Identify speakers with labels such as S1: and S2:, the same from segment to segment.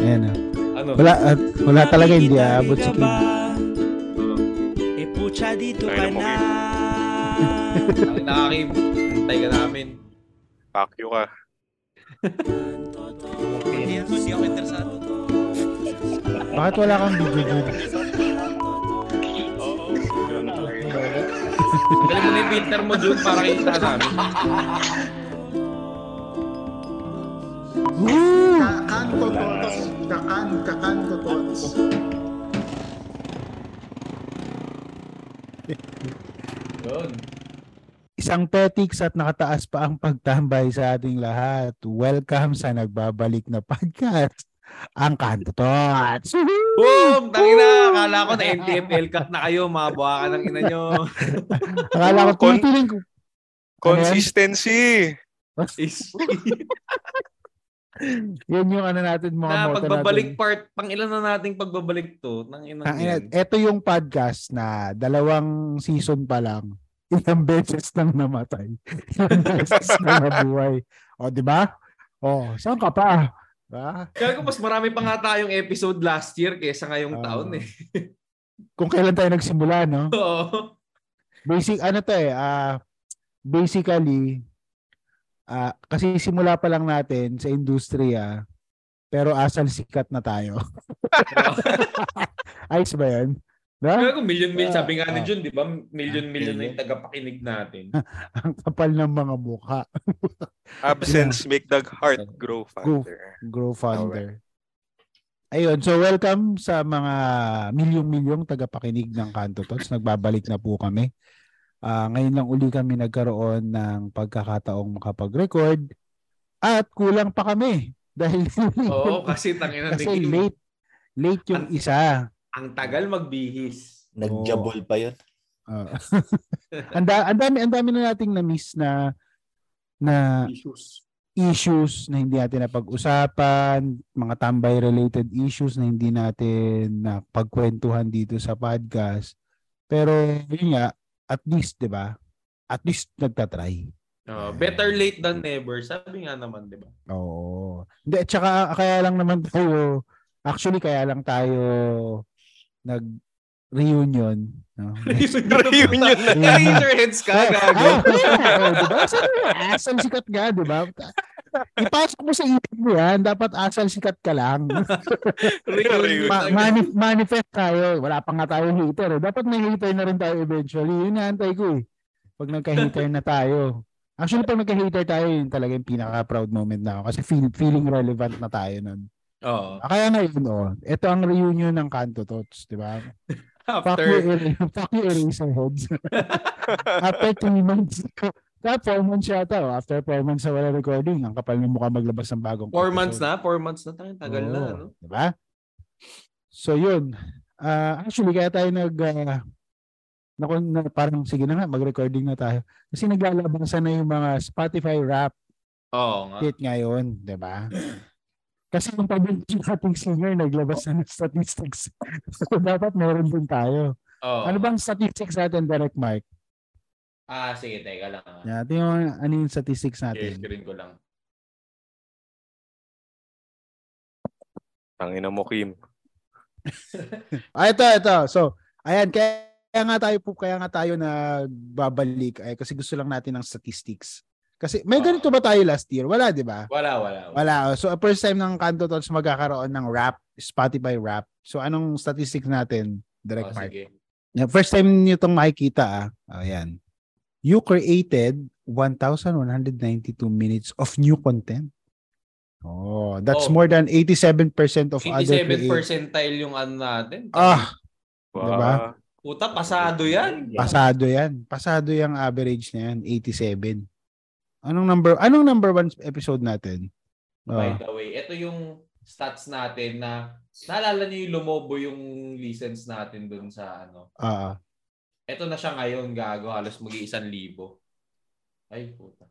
S1: Ayan o.
S2: Ano?
S1: Wala, at, wala talaga hindi aabot si
S3: si
S1: Kim.
S3: E pucha dito ka
S4: Tayo na,
S3: na.
S2: Ang nakakim. Antay ka namin.
S4: Fuck you
S1: Ano
S4: ka.
S3: Hindi hindi ako interesado.
S1: Bakit wala kang video dyan?
S2: Galing mo na yung filter mo, Jun, para kayo sa namin.
S1: Woo!
S5: Kakan ko totos. Kakan, kakan ko totos.
S2: Yun.
S1: Isang petiks at nakataas pa ang pagtambay sa ating lahat. Welcome sa nagbabalik na podcast, ang Kanto Tots. Woohoo!
S2: Boom! Tangina! Akala ko na NTFL cut na kayo. Mabuha ka ng ina nyo.
S1: Akala ko,
S4: Kon-
S1: feeling ko,
S4: Consistency!
S2: Is,
S1: yun yung ano natin, mga
S2: na
S1: motto
S2: pagbabalik
S1: natin.
S2: part. Pang ilan na nating pagbabalik to? Nang ina
S1: Ang
S2: yan.
S1: ina- Ito yung podcast na dalawang season pa lang, ilang beses nang namatay, ilang beses nang nabuhay. O, di ba? O, saan ka pa? Diba?
S2: Kaya ko mas marami pa nga tayong episode last year kesa ngayong
S1: Ah.
S2: taon eh.
S1: Kung kailan tayo nagsimula, no?
S2: Oo.
S1: Basic ano to eh, ah, basically ah, kasi simula pa lang natin sa industriya pero asal sikat na tayo. Ayos ba 'yun? No?
S2: Kaya ko million-million. Sabi nga
S1: Ah.
S2: ni Jun, di ba? Million-million na yung tagapakinig natin.
S1: Ang kapal ng mga mukha.
S4: Absence make the heart grow faster.
S1: Grow founder. Ayun, so welcome sa mga milyong-milyong tagapakinig ng Kanto Tots. Nagbabalik na po kami. Ah, ngayon lang uli kami nagkaroon ng pagkakataong makapag-record at kulang pa kami dahil
S2: Oo, kasi tangina
S1: Kasi
S2: ni Kim,
S1: late. Late yung
S2: Ang-
S1: isa.
S2: Ang tagal magbihis.
S6: Nagjabol pa yun.
S1: Oo. Ah. ang, da- ang dami ang dami na nating na-miss na na
S5: Issues.
S1: issues na hindi natin napag-usapan, mga tambay related issues na hindi natin napagkwentuhan dito sa podcast. Pero yun nga, at least, 'di ba? At least nagtatry.
S2: Oh, better late than never. Sabi nga naman, di ba?
S1: Oo. Hindi, at saka kaya lang naman tayo, actually kaya lang tayo nag-reunion. No?
S4: Reunion na.
S2: Razorheads ka, gago.
S1: Ah, yeah. Oh, diba? Sabi mo, asal sikat ka, di ba? Ipasok mo sa isip mo yan, dapat asal sikat ka lang.
S2: Reunion
S1: Ma-
S2: na.
S1: mani- manifest tayo. Wala pa nga tayo hater. Eh. Dapat may hater na rin tayo eventually. Yun na antay ko eh. Pag nagka-hater na tayo. Actually, pag nagka-hater tayo, yun talaga yung pinaka-proud moment na ako. Kasi feel- feeling relevant na tayo nun.
S2: Oo.
S1: Ah, Kaya na yun, oh. Ito ang reunion ng Kanto Tots, di ba? Fuck you,
S2: After,
S1: er- fuck you, Eraserheads. after three months. Ah, four months yata. Oh. After four months na wala recording, ang kapal ng mukha maglabas ng bagong
S2: four months na? Four months na tayo. Tagal na, no?
S1: Diba? So, yun. Ah, actually, kaya tayo nag... ah, naku- na, parang, sige na nga, mag-recording na tayo. Kasi naglalabasan na yung mga Spotify rap
S2: Oo nga.
S1: hit ngayon, di ba? Kasi yung pag-ibig ating singer, naglabas na ng statistics. so, dapat meron din tayo.
S2: Oo.
S1: Ano bang statistics natin, Direct Mark?
S2: Ah, sige, teka lang. ah.
S1: Yeah, ito yung, ano yung statistics
S2: Okay,
S1: natin?
S2: screen ko lang.
S4: Tangina mo, Kim.
S1: Ah, ito, ito. So, ayan, kaya, kaya nga tayo po, kaya nga tayo nagbabalik ay kasi gusto lang natin ng statistics. Kasi may
S2: Oo.
S1: ganito ba tayo last year? Wala, 'di ba?
S2: Wala, wala.
S1: Wala. oh. So, first time ng Kanto Tots magkakaroon ng rap, Spotify rap. So, anong statistics natin, Direct
S2: Oh,
S1: Mark?
S2: sige.
S1: Yeah, First time niyo itong makikita, ah. Oh, ayan. You created 1,192 minutes of new content. Oh, that's
S2: Oh.
S1: more than 87% of other
S2: 87
S1: creators.
S2: percentile yung ano natin.
S1: Ah,
S4: Wow.
S1: Diba?
S2: Puta, pasado yan.
S1: Pasado yan. Pasado yung average na yan, 87. Anong number anong number one episode natin?
S2: By
S1: Ah,
S2: the way, ito yung stats natin na naalala niyo yung lumobo yung listens natin dun sa ano.
S1: ah,
S2: Ito na siya ngayon, gago. Halos mag isang libo. Ay, puta.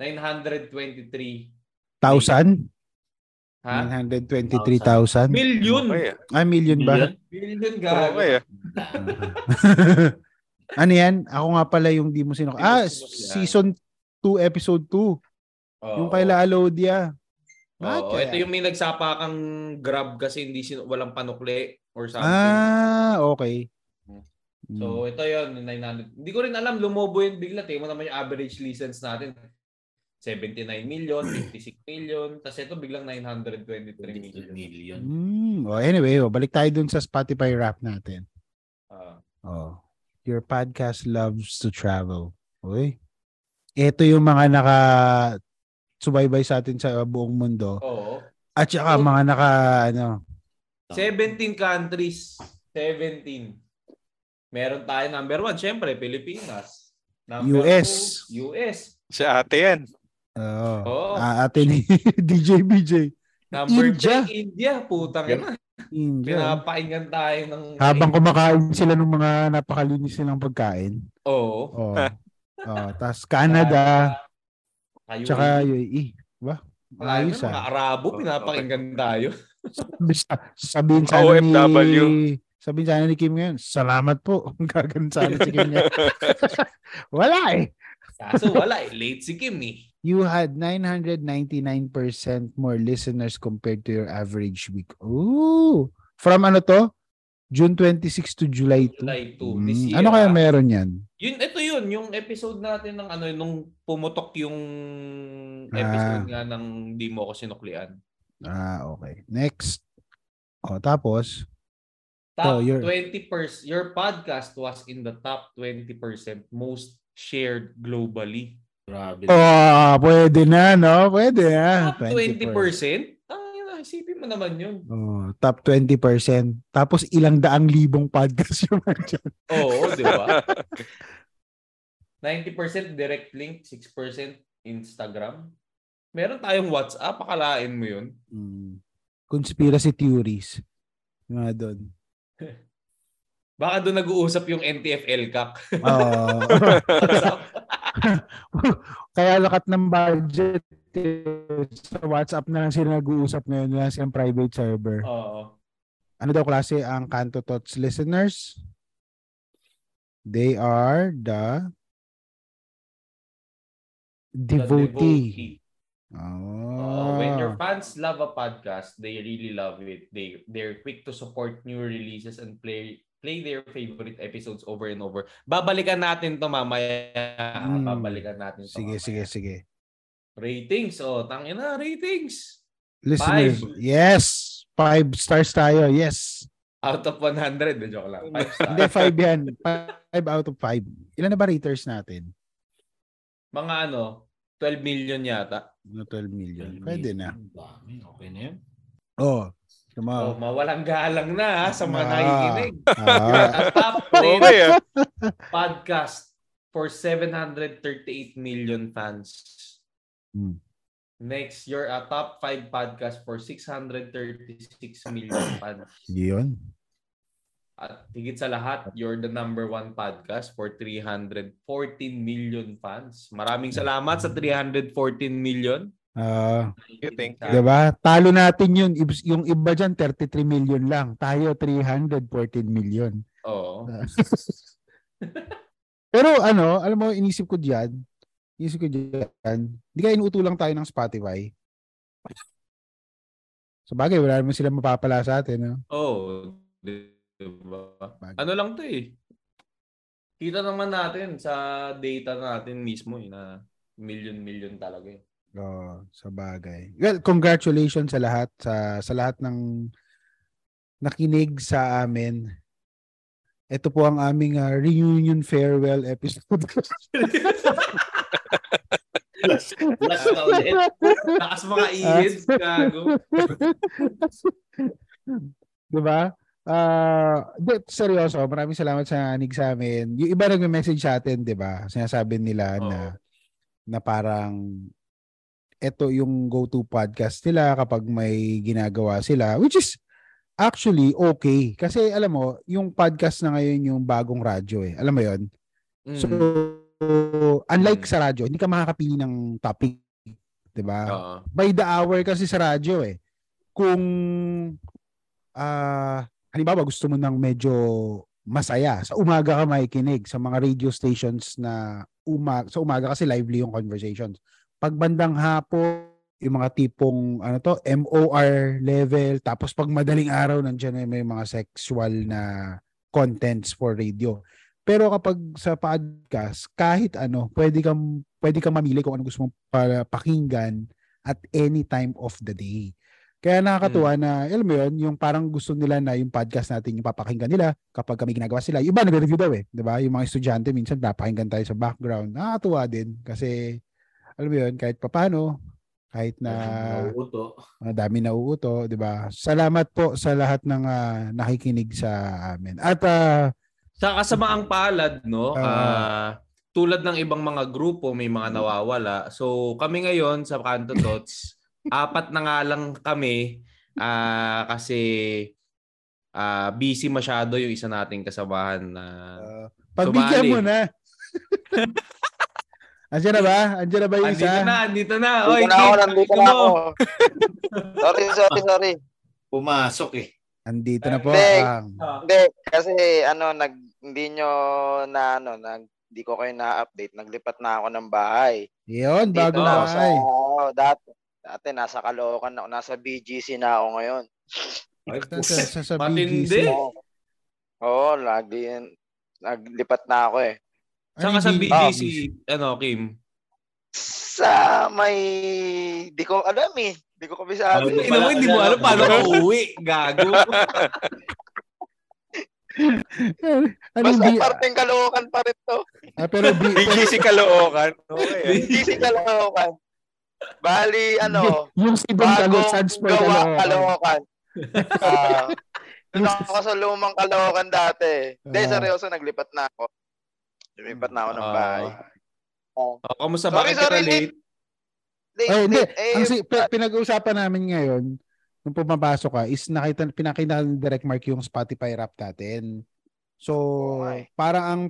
S2: 923.
S1: 1,000?
S2: Ha?
S1: 923,000?
S2: Million!
S4: Okay
S1: Ah,
S4: ah.
S1: million ba?
S2: Million, gago.
S4: Okay ah.
S1: ano yan? Ako nga pala yung di mo sino.
S2: Di mo
S1: Ah,
S2: sino-
S1: season 2, episode 2.
S2: Oo.
S1: Yung kay La Alodia.
S2: Oo,
S1: What?
S2: ito yung may nagsapa kang grab kasi hindi sino, walang panukli or something.
S1: Ah, okay. Hmm.
S2: So ito yun, 900. Hindi ko rin alam, lumobo yun bigla. Tingnan mo naman yung average license natin. 79 million, 56 million. Tapos ito biglang 923 million.
S6: Million.
S1: Mm. Oh, anyway, oh, balik tayo dun sa Spotify rap natin.
S2: Ah,
S1: Oh. Your podcast loves to travel. Uy. Ito yung mga naka subaybay sa atin sa buong mundo
S2: oo.
S1: at saka mga naka ano
S2: 17 countries. 17. Meron tayo number one. Siyempre, Pilipinas. Number
S1: US.
S2: two, US.
S4: Si ate yan.
S1: oh,
S2: Oo.
S1: Ah, ate ni DJ BJ.
S2: Number
S1: India.
S2: India. India. Putang
S6: Yep.
S2: ina.
S1: India.
S2: Pinapaingan tayo ng...
S1: Habang kumakain sila ng mga napakalinis nilang pagkain.
S2: Oo.
S1: Oh. oh, tas Canada,
S2: Ayun.
S1: tsaka UAE. Ba?
S2: Ayun,
S1: Ayos
S2: mga
S1: ah.
S2: Arabo, pinapakinggan tayo.
S1: Sa- Sabihin sana
S4: OFW.
S1: ni... Sabihin sana ni Kim ngayon, salamat po. Gagano sana si Kim ngayon. Wala eh.
S2: Kaso wala eh. Late si Kim eh.
S1: You had 999% more listeners compared to your average week. Ooh. From ano to? June 26 to July 2.
S2: July 2 eh, this
S1: Mm,
S2: year,
S1: Ano kaya
S2: ah.
S1: meron yan?
S2: Yun, ito yun. Yung episode natin ng ano, nung pumutok yung episode nga ng Di Mo Ako Sinuklian.
S1: Ah, okay. Next. Oh, tapos,
S2: Top
S1: Oh, your-
S2: 20%. Your podcast was in the top 20% most shared globally.
S6: Grabe.
S1: Oh, pwede na, no? Pwede na.
S2: Top 20%? Tangin na, isipin mo naman yun.
S1: Oh, top 20%. Tapos ilang daang libong podcast yung nandiyan.
S2: Oo, di ba? 90% direct link, 6% Instagram. Meron tayong WhatsApp, akalain mo yun.
S1: Mm. Conspiracy theories. Yung Mga doon.
S2: Baka doon nag-uusap yung NTFL kak.
S1: Oo. Kaya lakat ng budget eh. sa WhatsApp na lang sila nag-uusap ngayon na lang silang private server.
S2: Oo.
S1: Ano daw klase ang Kanto Tots listeners? They are the
S2: The
S1: devotee.
S2: devotee. Oo,
S1: Oh.
S2: Uh, when your fans love a podcast, they really love it. They they're quick to support new releases and play play their favorite episodes over and over. Babalikan natin 'to mamaya.
S1: Hmm.
S2: Babalikan natin 'to.
S1: Sige,
S2: mamaya.
S1: sige, sige.
S2: Ratings, oh, tangina ratings.
S1: Listeners,
S2: Five.
S1: yes! Five stars tayo, yes!
S2: Out of 100, na joke lang. Five stars.
S1: Hindi, five yan. Five out of five. Ilan na ba raters natin?
S2: Mga ano, 12 million yata.
S1: Ano, 12 million. Pwede na.
S6: Dami. Okay na yun.
S1: Oo. Oh,
S2: Oh,
S1: Come on.
S2: mawalang galang na ha, sa mga
S1: Ah.
S2: nakikinig.
S1: Ah,
S2: Ang top
S4: Okay
S2: 10
S4: ah.
S2: podcast for 738 million fans.
S1: Hmm.
S2: Next, you're a top 5 podcast for 636 million fans.
S1: yun.
S2: At higit sa lahat, you're the number one podcast for 314 million fans. Maraming salamat sa 314 million.
S1: Ah,
S4: You think?
S1: diba? Talo natin yun. Ibs- Yung iba dyan, 33 million lang. Tayo, 314 million.
S2: Oo.
S1: Pero ano, alam mo, inisip ko dyan, inisip ko dyan, hindi kaya inuutulang tayo ng Spotify. Sa bagay, wala naman sila mapapala sa atin. No?
S2: Oh, di ba?
S1: Bagay.
S2: Ano lang 'to eh. Kita naman natin sa data natin mismo eh, na million-million talaga eh.
S1: Oo, sa bagay. Well, congratulations sa lahat, sa, sa lahat ng nakinig sa amin. Ito po ang aming ah, reunion farewell episode.
S2: Lakas na ulit. Lakas mga ihid. Gago.
S1: Diba? Ah, but seryoso, maraming salamat sa anig sa amin. Yung iba nagme-message sa atin, 'di ba? Sinasabi nila na na parang ito yung go-to podcast nila kapag may ginagawa sila, which is actually okay kasi alam mo, yung podcast na ngayon yung bagong radyo eh. Alam mo 'yon?
S2: Mm.
S1: So, unlike
S2: Mm.
S1: sa radyo, hindi ka makakapili ng topic, 'di ba?
S2: Oo.
S1: by the hour kasi sa radyo eh. Kung ah halimbawa gusto mo ng medyo masaya, sa umaga ka makikinig sa mga radio stations na uma sa umaga kasi lively yung conversations. Pag bandang hapon, yung mga tipong ano to MOR level tapos pag madaling araw nandiyan na may mga sexual na contents for radio pero kapag sa podcast kahit ano pwede kang pwede kang mamili kung ano gusto mong para pakinggan at any time of the day kaya nakakatuwa na alam mo yun yung parang gusto nila na yung podcast natin yung papakinggan nila kapag kami ginagawa sila yung iba nagre-review daw eh 'di ba yung mga estudyante minsan napakinggan tayo sa background nakakatuwa din kasi alam mo yun kahit papano kahit na
S6: Uto.
S1: ang dami na uuto, 'di ba? Salamat po sa lahat ng ah, nakikinig sa amin. At ah,
S2: Sa kasamaang palad, no?
S1: Ah.
S2: ah, tulad ng ibang mga grupo, may mga nawawala. So, kami ngayon sa Kanto Tots, apat na nga lang kami ah, kasi ah, busy masyado yung isa nating kasamahan na
S1: ah, pagbigyan
S2: Sumali.
S1: mo na. Andiyan na ba? Andiyan na ba yung
S2: Andito na,
S1: isa?
S2: andito na. Oy,
S7: Dito na ako,
S2: Kit,
S7: nandito
S2: ano
S7: na
S2: mo?
S7: ako. sorry, sorry, sorry.
S6: Pumasok eh.
S1: Andito na po Ah,
S7: Thanks.
S1: ang
S7: Hindi, kasi ano, nag, hindi nyo na ano, nag, hindi ko kayo na-update. Naglipat na ako ng bahay.
S1: Yun, bago
S7: Dito
S1: na
S7: ako
S1: ay.
S7: Sa, oo, dati, dati nasa Caloocan ako. Nasa BGC na ako ngayon.
S2: Ay,
S1: Sa, sa, sa, sa
S2: Matindi.
S1: BGC.
S7: Oo, Oo, lagi yan. Naglipat na ako eh.
S2: Saan ka sa
S1: Ano yung
S2: BGC, ano, Kim?
S7: Sa may, di ko alam eh. Di ko kabisado.
S6: Ano
S7: eh.
S6: pala?
S2: Ina mo, hindi mo alam paano ka uuwi. Gago.
S1: Ano yung
S7: Basta
S1: B-
S7: parteng Caloocan pa rin to.
S1: ah, pero B-
S4: BGC Caloocan. Okay. ah.
S7: BGC Caloocan. Bali, ano,
S1: yung Sibon Calor,
S7: bagong
S1: Sanspor
S7: gawa
S1: Calor.
S7: Caloocan. Ah, Doon ako sa lumang Caloocan dati. Hindi,
S1: Ah.
S7: seryoso, naglipat na ako. Lumipat na ako ng bahay.
S2: Oh, kamusta?
S7: Sorry,
S2: Ah. Bakit ka
S7: sorry,
S2: na late?
S7: Hindi,
S1: Ay, hindi.
S7: eh,
S1: Ang si- pi- pinag-uusapan namin ngayon, nung pumapasok ka, is nakita, pinakita ni Direct Mark yung Spotify rap natin. So,
S7: Oo nga eh.
S1: parang ang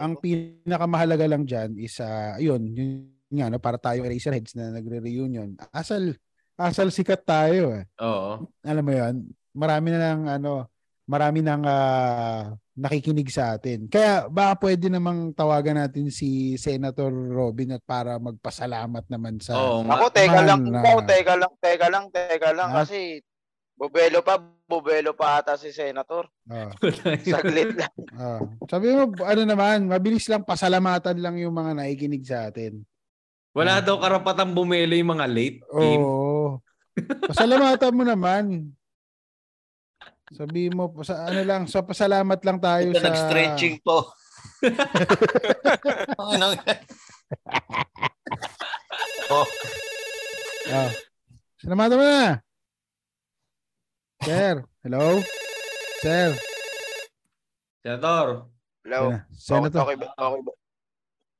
S1: ang pinakamahalaga lang dyan is, ah, yun, yun nga, no, para tayo Eraserheads na nagre-reunion. Asal, asal sikat tayo eh.
S2: Oo.
S1: Alam mo yun, marami na lang, ano, marami nang ah, nakikinig sa atin. Kaya baka pwede namang tawagan natin si Senator Robin at para magpasalamat naman sa
S2: Oo nga.
S7: ako, teka
S1: man
S7: lang,
S1: lang.
S7: ikaw, teka lang, teka lang, teka lang,
S1: Ha?
S7: kasi bubelo pa, bubelo pa ata si Senator.
S1: Ah,
S7: Saglit lang.
S1: ah. Sabi mo, ano naman, mabilis lang pasalamatan lang yung mga nakikinig sa atin.
S2: Wala daw karapatang bumili yung mga late, Kim.
S1: Oo. Pasalamatan mo naman. Sabi mo, sa ano lang, sa pasalamat lang tayo
S6: Ito
S1: sa...
S6: nag-stretching po. ano? oh,
S1: Ah. Salamatan mo na. Sir, hello? Sir, ano,
S2: Senator,
S7: Hello. Oh,
S1: Senator.
S7: Okay, ba- okay, ba-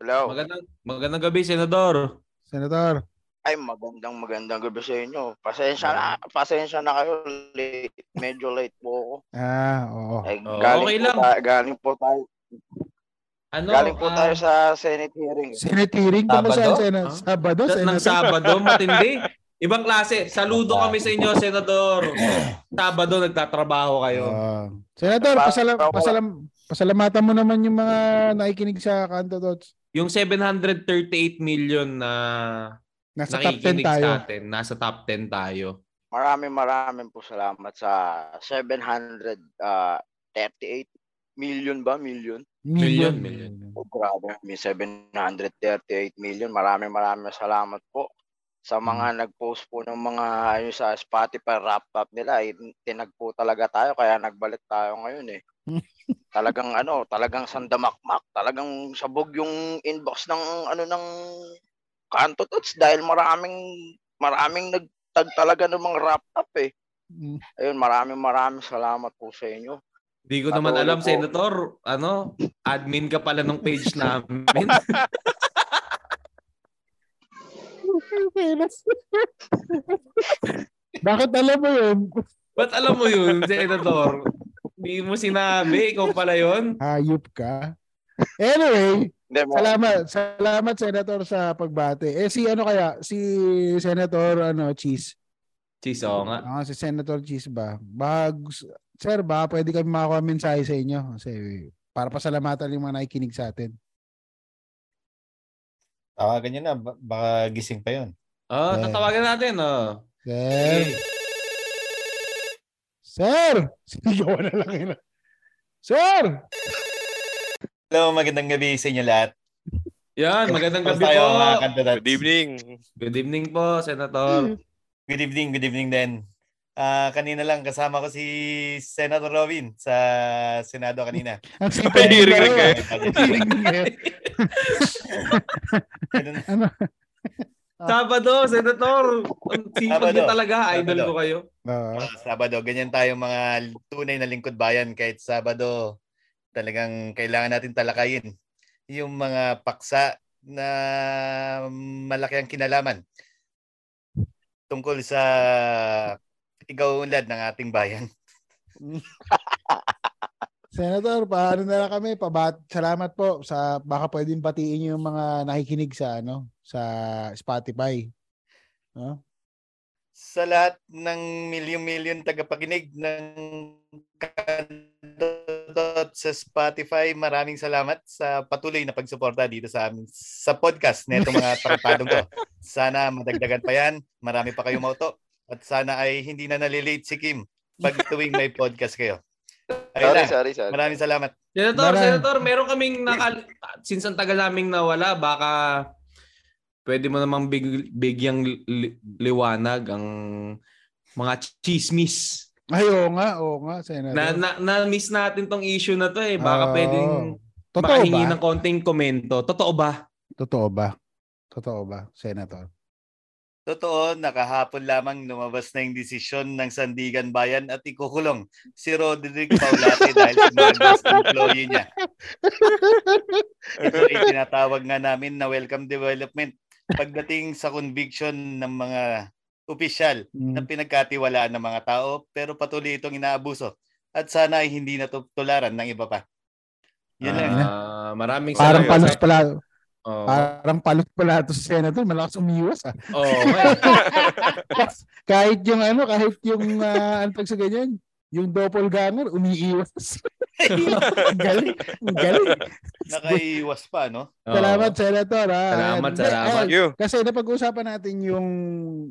S7: Hello.
S2: magandang, magandang gabi, Senador.
S1: Senator.
S7: Ay, magandang magandang gabi sa inyo. Pasensya na, pasensya na kayo. Late, medyo late po ako.
S1: Ah, oo.
S7: Ay,
S2: Oo,
S7: galing
S2: okay
S7: po
S2: lang.
S7: tayo- galing po tayo.
S2: Ano?
S7: galing po
S2: ah,
S7: tayo sa Senate hearing.
S1: Senate hearing tungkol sa
S6: Sabado?
S1: Sena-
S2: Ah?
S1: Sabado,
S2: sa- ng
S1: Senator.
S2: Sabado, matindi. Ibang klase. Saludo kami sa inyo, Senador. Sabado, nagtatrabaho kayo.
S1: Ah. Senator,
S7: Pa-
S1: pasalam,
S7: pa-
S1: pasalam, pasalamatan mo naman yung mga nakikinig sa Kanto Dots.
S2: Yung 738 million na
S1: Nasa top 10
S2: nakikinig
S1: tayo.
S2: sa atin, nasa top 10 tayo.
S7: Maraming maraming po salamat sa 738 million ba? Million?
S2: Million,
S7: Oh, grabe. May 738 million. Maraming maraming salamat po sa mga nag-post po ng mga ayun sa Spotify wrap-up nila. Eh, tinag po talaga tayo kaya nagbalik tayo ngayon eh. talagang ano, talagang sandamakmak, talagang sabog yung inbox ng ano ng Kanto Tots dahil maraming maraming nagtag talaga ng mga wrap-up eh.
S1: Mm.
S7: Ayun, maraming maraming salamat po sa inyo.
S2: Hindi ko naman
S7: Patuloy
S2: alam,
S7: po.
S2: Senator, ano, admin ka pala ng page namin.
S1: Bakit alam mo yun?
S2: Ba't alam mo yun, Senator? Hindi mo sinabi, ikaw pala yun.
S1: Hayop ka. Anyway,
S7: Hindi, mar-
S1: salamat, salamat Senator sa pagbate. Eh si ano kaya, si Senator ano, Cheese.
S2: Cheese, oo nga.
S1: Ah, si Senator Cheese ba? Bag, sir, ba pwede kami makakuha mensahe sa inyo? Kasi para pasalamatan yung mga nakikinig sa atin.
S6: tawagan niyo na. ba- Baka gising pa yun.
S2: Oh,
S8: Eh.
S1: Yeah.
S2: tatawagan natin. Oh.
S1: Sir. Sir! Sinigawan na lang yun. Sir!
S8: Hello, magandang gabi sa inyo lahat.
S2: Yan, magandang gabi
S8: Tayo,
S2: po.
S8: mga kandidates.
S4: Good evening.
S2: Good evening po, Senator.
S8: Good evening, good evening din. Ah, kanina lang kasama ko si Senator Robin sa Senado kanina.
S1: Ang sipag
S4: May hearing
S1: mo
S4: rin kayo.
S1: Hearing rin kayo.
S8: Ganun-
S2: Sabado, Senator. Ang sipag niyo
S8: Sabado.
S2: talaga. Idol
S8: Sabado.
S2: ko kayo.
S1: Oo.
S8: Ah, Sabado, ganyan tayo mga tunay na lingkod bayan kahit Sabado. Talagang kailangan natin talakayin yung mga paksa na malaki ang kinalaman tungkol sa ikaw unlad ng ating bayan.
S1: Senator, paano na lang kami? Pabat salamat po sa baka pwedeng batiin yung mga nakikinig sa ano, sa Spotify.
S8: sa lahat ng milyon-milyon tagapakinig ng Kandotot sa Spotify, maraming salamat sa patuloy na pagsuporta dito sa amin sa podcast nito mga tarantadong to. Sana madagdagan pa yan. Marami pa kayong mauto. At sana ay hindi na nalilate si Kim pag tuwing may podcast kayo. Ayun
S7: Sorry,
S8: lang.
S7: sorry, sorry.
S8: Maraming salamat.
S2: Senator,
S1: Mara-
S2: Senator, meron kaming nakal... Since ang tagal naming nawala, baka pwede mo namang big, bigyang li- liwanag ang mga chismis.
S1: Ay, oo nga, oo nga, Senator.
S2: Na, na, na-miss natin tong issue na to eh. Baka
S1: Oo.
S2: pwedeng
S1: Ah, Totoo ba?
S2: makahingi ng konting komento. Totoo ba?
S1: Totoo ba? Totoo ba, Senator?
S8: Totoo, nakahapon lamang lumabas na yung desisyon ng Sandigan Bayan at ikukulong si Roderick Paulate dahil sumabas sa employee niya. Ito ay tinatawag nga namin na welcome development pagdating sa conviction ng mga opisyal na
S1: Mm.
S8: pinagkatiwalaan ng mga tao pero patuloy itong inaabuso at sana ay hindi na to tularan ng iba pa. Yun eh. lang.
S2: Ah, maraming Oh.
S1: Parang Ah.
S4: Senator,
S1: palos pala,
S2: Oo.
S1: parang palos pala to si Senator, malakas umiwas ah.
S2: Oo, eh.
S1: Kahit yung ano, kahit yung ah, ano pag sa ganyan, yung doppelganger umiiwas. Ang galing, ang galing. Ah.
S8: Nakaiwas pa, no?
S2: Oo.
S1: Salamat, Senator. ah.
S2: Salamat, salamat.
S1: Eh,
S4: You.
S1: Kasi napag-usapan natin yung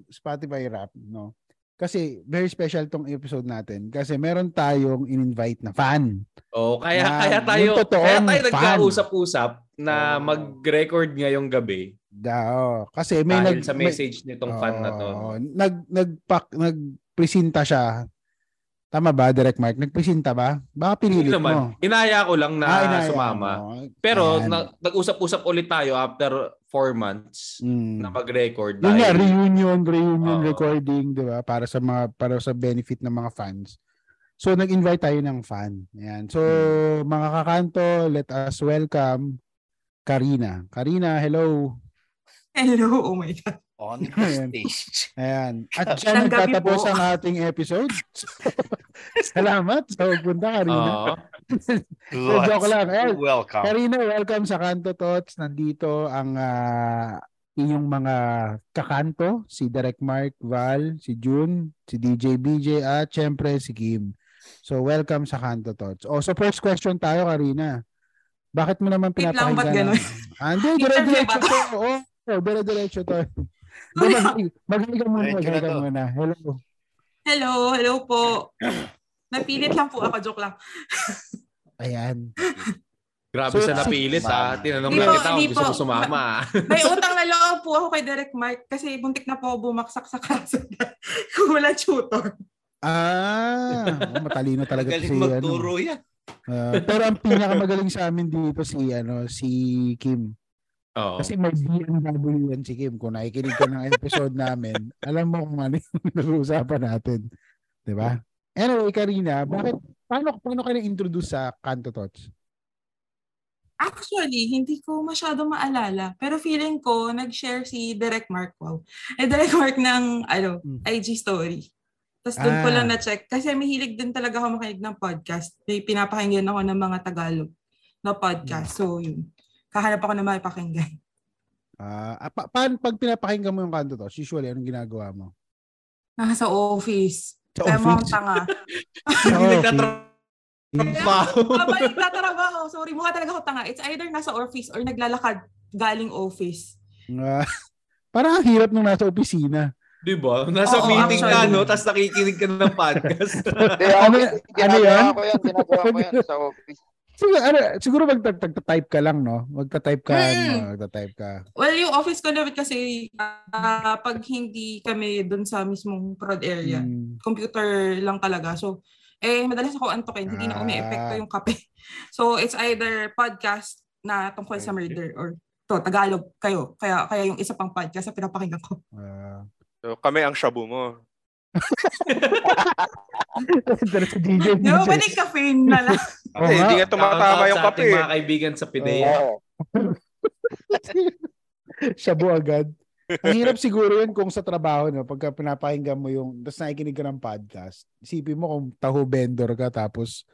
S1: Spotify rap, no? Kasi very special tong episode natin kasi meron tayong in-invite na fan.
S2: Oh, kaya
S1: Na
S2: kaya tayo
S1: yung totoong
S2: kaya tayo
S1: fan. Oh.
S2: nagkausap-usap na
S1: Oo.
S2: mag-record ngayong gabi
S1: Da, oh, kasi may Oh, nag
S2: dahil sa message nitong fan na to.
S1: Oo, nag nagpak nagpresenta siya. Tama ba, Direct Mark? Nagpresenta ba? Baka
S2: Hindi
S1: pinilit mo.
S2: naman, inaya ko lang na
S1: Ah, inaya
S2: sumama.
S1: mo.
S2: Pero
S1: Ayan.
S2: na, nag-usap-usap ulit tayo after four months
S1: Mm.
S2: na mag-record
S1: Yun nga,
S2: dahil
S1: reunion, reunion
S2: Oo.
S1: recording, di ba? Para sa mga para sa benefit ng mga fans. So nag-invite tayo ng fan. Ayan. So
S2: Hmm.
S1: mga kakanto, let us welcome Karina. Karina, hello.
S9: Hello, oh my God.
S8: On the stage.
S1: Ayan. At
S9: Isang
S1: siya
S9: gabi
S1: nagtatapos
S9: po.
S1: ang ating episode. So, salamat sa pagpunta, Karina.
S2: Oo.
S1: joke lang. eh. Ayan.
S8: Welcome.
S1: Karina, welcome sa Kanto Tots. Nandito ang ah, inyong mga kakanto, si Direk Mark, Val, si June, si DJ BJ, at syempre si Kim. So, welcome sa Kanto Tots. O, so first question tayo, Karina. Bakit mo naman
S9: Wait
S1: pinapakinggan?
S9: lang, ba't
S1: ang-
S9: ganun?
S1: Ah, Hindi,
S9: Interview
S1: dire-diretso
S9: ba to?
S1: to. Oo, oh, dire-diretso to.
S9: Sorry.
S1: Magaling ka muna,
S8: Diretso na
S1: magaling ka
S8: to.
S1: muna. Hello.
S9: Hello, hello po. Napilit lang po ako, joke lang.
S1: Ayan.
S2: Grabe
S1: So,
S2: sa napilit ah. Tinanong
S9: Hindi
S2: na
S9: po,
S2: kita kung
S9: hindi
S2: gusto
S9: po.
S2: ko sumama. ah.
S9: May utang na loob po ako kay Direct Mark kasi buntik na po ako bumaksak sa kaso kung wala tutor.
S1: Ah, matalino talaga
S8: Galing
S1: si ano.
S8: magturo yan.
S1: Ah, pero ang pinakamagaling sa amin dito si ano si Kim.
S2: Oo.
S1: Kasi may BMW yan si Kim. Kung nakikinig ka ng episode namin, alam mo kung ano yung nag-uusapan natin. 'Di ba? Anyway, Karina, bakit paano paano ka na-introduce sa Kanto Tots?
S9: Actually, hindi ko masyado maalala. Pero feeling ko, nag-share si Direct Mark. Wow. Eh, Direct Mark ng ano,
S1: Hmm.
S9: IG story. Tapos doon ko
S1: Ah.
S9: lang na-check. Kasi mahilig din talaga ako makinig ng podcast. May pinapakinggan ako ng mga Tagalog na
S1: Hmm.
S9: podcast. So, yun. Kahanap ako ng mga pakinggan.
S1: Ah, ah, pa- paano pag pinapakinggan mo yung Kanto Tots, usually anong ginagawa mo?
S9: Nasa office.
S1: Sa
S9: Kaya mo akong
S1: office?
S9: tanga.
S1: Sa
S2: Hindi
S1: office?
S9: Habang nagtatrabaho, sorry, mukha talaga ako tanga. It's either nasa office or naglalakad galing office.
S1: Ah, Parang ang hirap nung nasa opisina.
S2: Di ba? Nasa
S9: Oo,
S2: meeting ka,
S9: actually.
S2: no? Tapos nakikinig ka ng podcast.
S7: Hindi,
S1: Ano-
S7: ako-
S1: ano
S7: ginagawa
S1: yan?
S7: ko yan, ginagawa ko yan sa office.
S1: Siguro, ano, siguro magta-type ka lang, no? Magta-type ka,
S9: Mm.
S1: ano, magta-type ka.
S9: Well, yung office ko naman kasi ah, pag hindi kami dun sa mismong prod area,
S1: Mm.
S9: computer lang talaga. So, eh, madalas ako antokin. Hindi
S1: Ah.
S9: na umi-epekto yung kape. So, it's either podcast na tungkol sa murder or to, Tagalog kayo. Kaya, kaya yung isa pang podcast na pinapakinggan ko.
S1: Ah.
S4: So, kami ang shabu mo.
S1: Dala sa DJ.
S9: Di ba, pwede caffeine na lang.
S1: Oo
S4: Eh, hindi
S1: nga.
S4: nga tumatama
S2: Shoutout
S4: yung
S2: sa
S4: kape.
S2: ating
S4: eh.
S2: mga kaibigan sa Pidea.
S7: Oo.
S1: Shabu agad. Ang hirap siguro yun kung sa trabaho, no? Pagka pinapakinggan mo yung, tapos nakikinig ka ng podcast, isipin mo kung taho vendor ka, tapos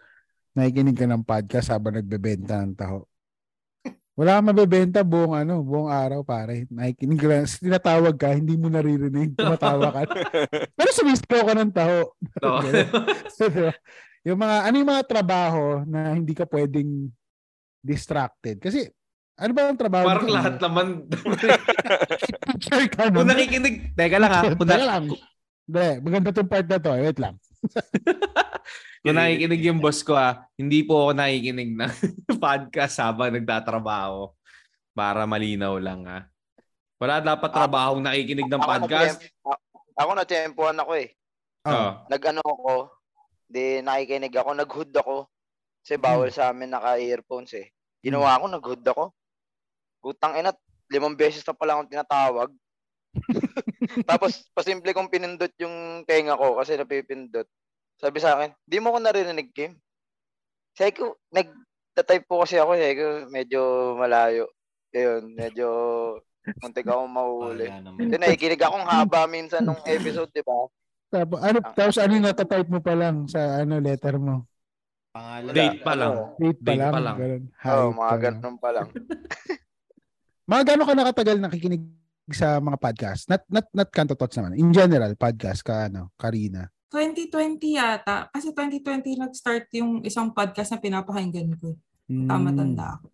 S1: nakikinig ka ng podcast habang nagbebenta ng taho. Wala kang mabebenta buong ano, buong araw pare. Nakikinig ka lang. Tinatawag ka, hindi mo naririnig. Tumatawa ka. Pero sumisko ka ng taho.
S2: No?
S1: Diba? yung mga ano yung mga trabaho na hindi ka pwedeng distracted kasi ano ba ang trabaho
S2: Parang
S1: mo?
S2: lahat naman.
S1: Sure ka, no?
S2: Kung nakikinig, teka lang ah. ha. Kung,
S1: Teka
S2: na,
S1: lang. Hindi, maganda tong part na to. eh. Wait lang.
S2: kung nakikinig yung boss ko ha, hindi po ako nakikinig ng podcast habang nagtatrabaho. Para malinaw lang ha. Wala dapat trabaho nakikinig ng
S7: Ako
S2: podcast.
S7: na-temp- Ako na tempuhan ako eh.
S1: Oh.
S2: Oh.
S7: Nag-ano ako, di nakikinig ako, nag-hood ako. Kasi bawal sa amin naka-earphones eh. Ginawa ko, nag-hood ako. Putang ina, limang beses na pala akong tinatawag. Tapos, pasimple kong pinindot yung tenga ko kasi napipindot. Sabi sa akin, di mo ko naririnig, Kim. Sabi ko, nag-type po kasi ako, eh. sabi ko, medyo malayo. Ayun, medyo muntik akong
S8: Oh,
S7: mahuli.
S6: Wala naman.
S7: Hindi, nakikinig akong haba minsan nung episode, di ba?
S1: Tapos, ano,
S7: Ah.
S1: tapos ano yung natatype mo pa lang sa ano letter mo?
S6: Pangalan.
S2: Date pa lang.
S7: Oo,
S1: Date pa
S2: Date
S1: lang.
S2: pa lang.
S1: ganun.
S7: oh,
S1: Hayop
S7: mga
S1: ka.
S7: ganun pa lang.
S1: Mga gano'n ka nakatagal nakikinig sa mga podcast? Not, not, not kanto thoughts naman. In general, podcast ka, ano, Karina.
S9: 2020 yata. Kasi 2020 nag-start yung isang podcast na pinapakinggan ko.
S7: Ah,
S9: Tama tanda ako.
S1: Hmm.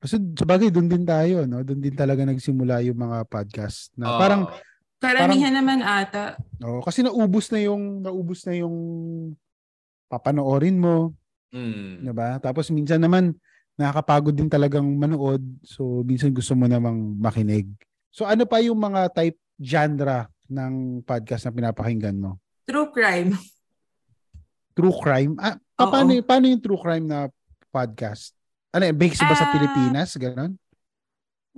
S1: Kasi sa bagay, doon din tayo, no? Doon din talaga nagsimula yung mga podcast na parang,
S2: Oh.
S9: Karamihan naman ata.
S1: oh, kasi naubos na yung, naubos na yung papanoorin mo,
S2: Mm.
S1: 'di ba? Tapos minsan naman, nakakapagod din talagang manood. So, minsan gusto mo namang makinig. So, ano pa yung mga type genre ng podcast na pinapakinggan mo?
S9: True crime.
S1: True crime? Ah, pa-
S9: Oo.
S1: paano, paano yung true crime na podcast? Ano, eh, based ba sa
S9: Ah,
S1: Pilipinas? Ganon?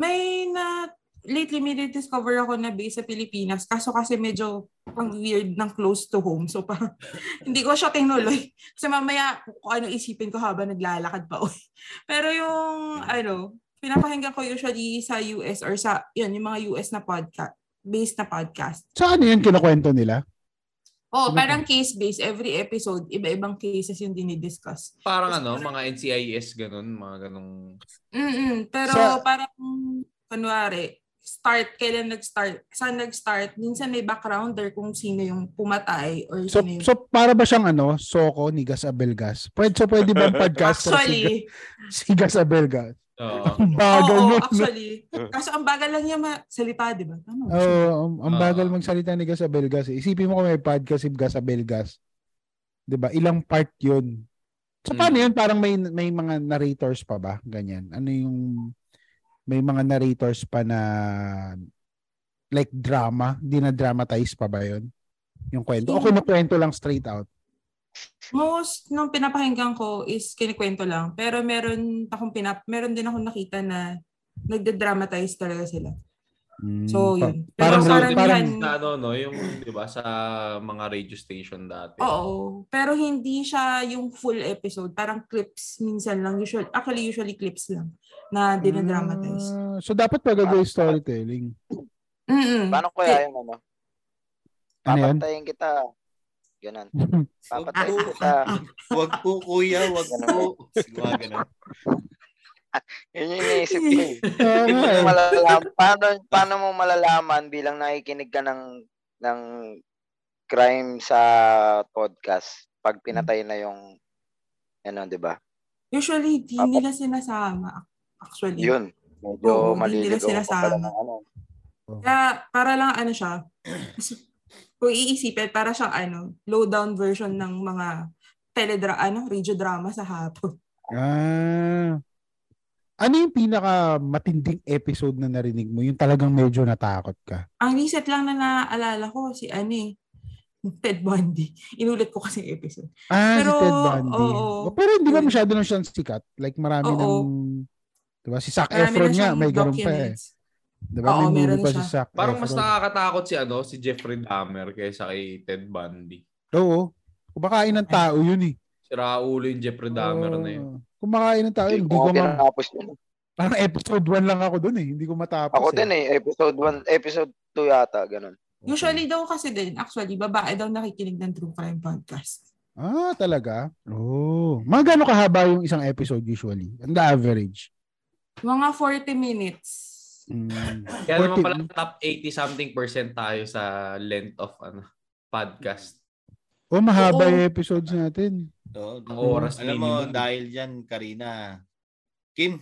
S9: May na lately may discover ako na base sa Pilipinas. Kaso kasi medyo ang weird ng close to home. So parang hindi ko siya tinuloy. Kasi mamaya kung ano isipin ko habang naglalakad pa uwi. Pero yung ano, pinapakinggan ko usually sa US or sa yun, yung mga US na podcast based na podcast.
S1: Sa ano yun kinakwento nila?
S9: Oh,
S1: Ano
S9: parang case-based. Every episode, iba-ibang cases yung dinidiscuss.
S2: Parang ano, mga NCIS ganun, mga ganung
S9: Mm-mm. Pero
S1: Sa-
S9: parang, kunwari, start, kailan nag-start, saan nag-start, minsan may backgrounder kung sino yung pumatay or
S1: So,
S9: sino yung...
S1: so para ba siyang ano, Soko ni Gas Abelgas? Pwede, so pwede ba ang podcast na si,
S9: actually,
S1: si Gas Abelgas?
S2: Oo.
S1: Ang
S9: oo,
S1: bagal nun.
S9: actually. Kaso ang bagal lang niya masalita, di ba? Tama. ba?
S1: Oo, ang- ang bagal
S2: Ah.
S1: magsalita ni Gas Abelgas. eh. Isipin mo kung may podcast si Gas Abelgas. 'Di ba? Ilang part 'yun. So paano
S2: Mm.
S1: 'yun? Parang may may mga narrators pa ba? Ganyan. Ano yung may mga narrators pa na like drama, dinadramatize pa ba 'yun? Yung kwento. O kinukwento lang straight out.
S9: Most nung pinapakinggan ko is kinikwento lang. Pero meron akong pinap... Meron din akong nakita na nagdadramatize talaga sila.
S1: Mm,
S9: So,
S1: pa-
S9: yun. Pero
S1: parang-
S2: sa,
S9: parang,
S1: parang-
S2: sa ano, no, yung, di ba, sa mga radio station dati.
S9: Oo. Pero hindi siya yung full episode. Parang clips minsan lang. Usual, actually, usually clips lang na dinadramatize.
S1: Ah, so dapat pagagawa yung storytelling. Hmm.
S9: Mm-mm.
S7: Paano kaya yung ano?
S1: Ano yun?
S7: Papatayin kita. Ganun. Papatayin
S9: Ah,
S7: kita.
S8: Wag po, kuya. Wag po. Mga ganun.
S7: Yun yung iniisip ko. eh.
S1: Oo
S7: Hindi
S1: nga
S7: mo
S1: eh.
S7: malalaman, paano, paano mo malalaman bilang nakikinig ka ng, ng crime sa podcast pag pinatay na yung ano, di ba?
S9: Usually, di nila sinasama. Actually.
S7: Yun. Medyo
S9: Oo, hindi
S7: maliligaw
S9: nila
S7: ka pala
S9: sinasama.
S7: ng ano.
S9: Kaya para lang ano siya, kung iisipin, para siyang ano, low-down version ng mga teledra, ano, radio drama sa hapon.
S1: Ah. Ano yung pinaka matinding episode na narinig mo? Yung talagang medyo natakot ka.
S9: Ang recent lang na naaalala ko, si ano eh, Ted Bundy. Inulit ko kasi yung episode.
S1: Ah,
S9: Pero,
S1: si Ted Bundy. O,
S9: oo.
S1: Pero hindi ba masyado lang siyang sikat? Like marami
S9: Oo.
S1: ng... Diba? Si Zac
S9: Marami
S1: Efron
S9: na
S1: nga,
S9: siyang
S1: may ganun pa eh.
S9: documents.
S1: Diba?
S9: Oo,
S1: may movie
S9: meron
S1: pa
S9: siya.
S1: si Zac
S2: Parang mas
S1: Efron.
S2: nakakatakot si ano si Jeffrey Dahmer kaysa kay Ted Bundy.
S1: Oo. Kumakain ng tao yun eh.
S2: Sira ulo yung Jeffrey Dahmer na
S1: Oo.
S2: yun.
S1: Kumakain ng tao yun.
S7: Hindi
S1: Hindi ko
S7: ko
S1: ma-
S7: tinatapos yun.
S1: Parang episode 1 lang ako dun eh. Hindi ko matapos
S7: Ako
S1: eh.
S7: din eh, episode 1, episode 2 yata, ganun.
S9: Usually daw kasi din, actually, babae daw nakikinig ng true crime podcast.
S1: Ah, talaga? Oo. Mga gano'ng kahaba yung isang episode usually? On the average.
S9: Mga 40 minutes.
S1: Mm.
S2: Kaya
S1: 40
S2: naman pala top 80 something percent tayo sa length of ano podcast.
S1: Oh, mahaba
S9: Oo.
S1: yung episodes natin.
S8: Oo.
S2: Ang
S1: Mm-hmm.
S2: oras
S8: Alam mo,
S2: minimum.
S8: dahil dyan, Karina, Kim,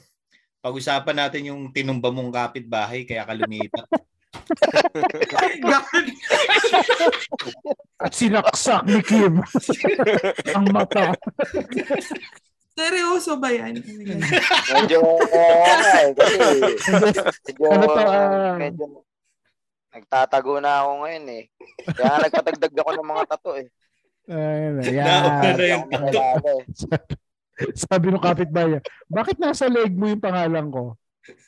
S8: pag-usapan natin yung tinumba mong kapitbahay kaya ka lumipat.
S1: At sinaksak ni Kim. Ang mata.
S9: Seryoso ba yan? Oh
S7: Medyo, oo nga eh, kasi, medyo,
S1: Ano to, ah?
S7: medyo, nagtatago na ako ngayon eh. Kaya nagpatagdag ako ng mga tato eh.
S1: Ayun,
S8: Nauna
S1: ayan.
S8: na yung
S7: Hindi ako nakilala eh.
S1: Sabi ng kapitbahay, bakit nasa leg mo yung pangalan ko?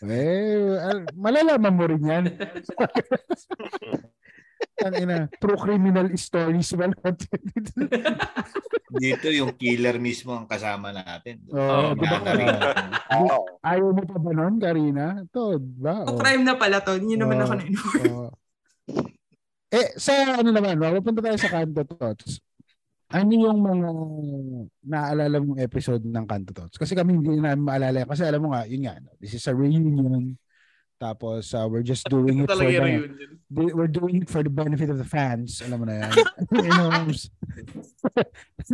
S1: Eh, al- malalaman mo rin yan. Ang ina, true criminal stories ba natin?
S8: Dito yung killer mismo ang kasama natin.
S1: Oo, diba? Oh,
S2: Oo,
S1: di ba,
S8: Kaya Karina,
S1: Karina?
S7: Oo.
S1: Ayaw mo pa ba nun, Karina? Ito, di ba? Oh.
S9: True
S1: Oo.
S9: Oh, crime na pala to. Hindi naman
S1: Oo.
S9: ako na
S1: Oo. eh, sa ano naman, mapunta tayo sa Kanto Tots. Ano yung mga naalala mong episode ng Kanto Tots? Kasi kami hindi namin maalala. yan. Kasi alam mo nga, yun nga, no, this is a reunion. Tapos uh, we're just doing it for
S2: Talaga yung
S1: the,
S2: reunion.
S1: we're doing it for the benefit of the fans. Alam mo na yan. You know,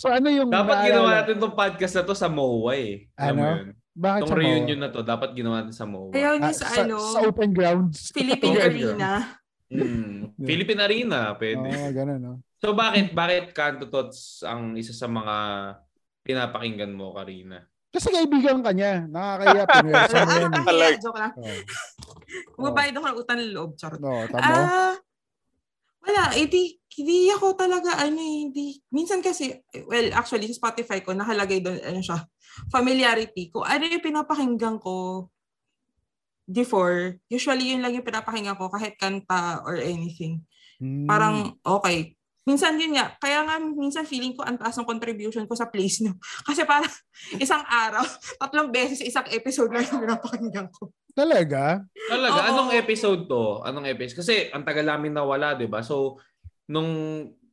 S1: so ano yung
S2: Dapat
S1: naalala-
S2: ginawa natin tong podcast na to sa MOA eh. Alam mo
S1: Ano?
S2: yun?
S1: Bakit
S2: Itong
S1: sa bawah?
S2: reunion na to, dapat ginawa natin sa MOA.
S9: Ayaw
S1: Ah,
S9: niya sa,
S1: sa,
S9: ano,
S1: sa open grounds.
S9: Philippine
S2: Open
S9: Arena.
S2: Mm. Philippine Arena,
S1: Oo,
S2: pwede.
S1: ganun, no?
S2: So bakit bakit Kanto Tots ang isa sa mga pinapakinggan mo, Karina?
S1: Kasi kaibigan ka niya. Nakakaya. Pinuwersa mo
S9: Ah,
S1: yan. eh.
S9: kahiya. Joke lang.
S1: Oo. Oh.
S9: Magbayad ako ng utang ng loob. Charot.
S1: No, tama.
S9: Ah, wala. Hindi, hindi ako talaga, ano eh, hindi. Minsan kasi, well, actually, sa Spotify ko, nakalagay doon, ano siya, familiarity ko. Ano yung pinapakinggan ko before, usually yun lang yung pinapakinggan ko, kahit kanta or anything.
S1: Hmm.
S9: Parang okay. Minsan yun nga, kaya nga minsan feeling ko ang taas ng contribution ko sa place no. Kasi parang isang araw, tatlong beses isang episode lang yung napakinggan ko.
S1: Hmm, talaga?
S2: Talaga,
S9: Oo.
S2: anong episode to? Anong episode? Kasi ang tagal namin nawala, 'di ba? So nung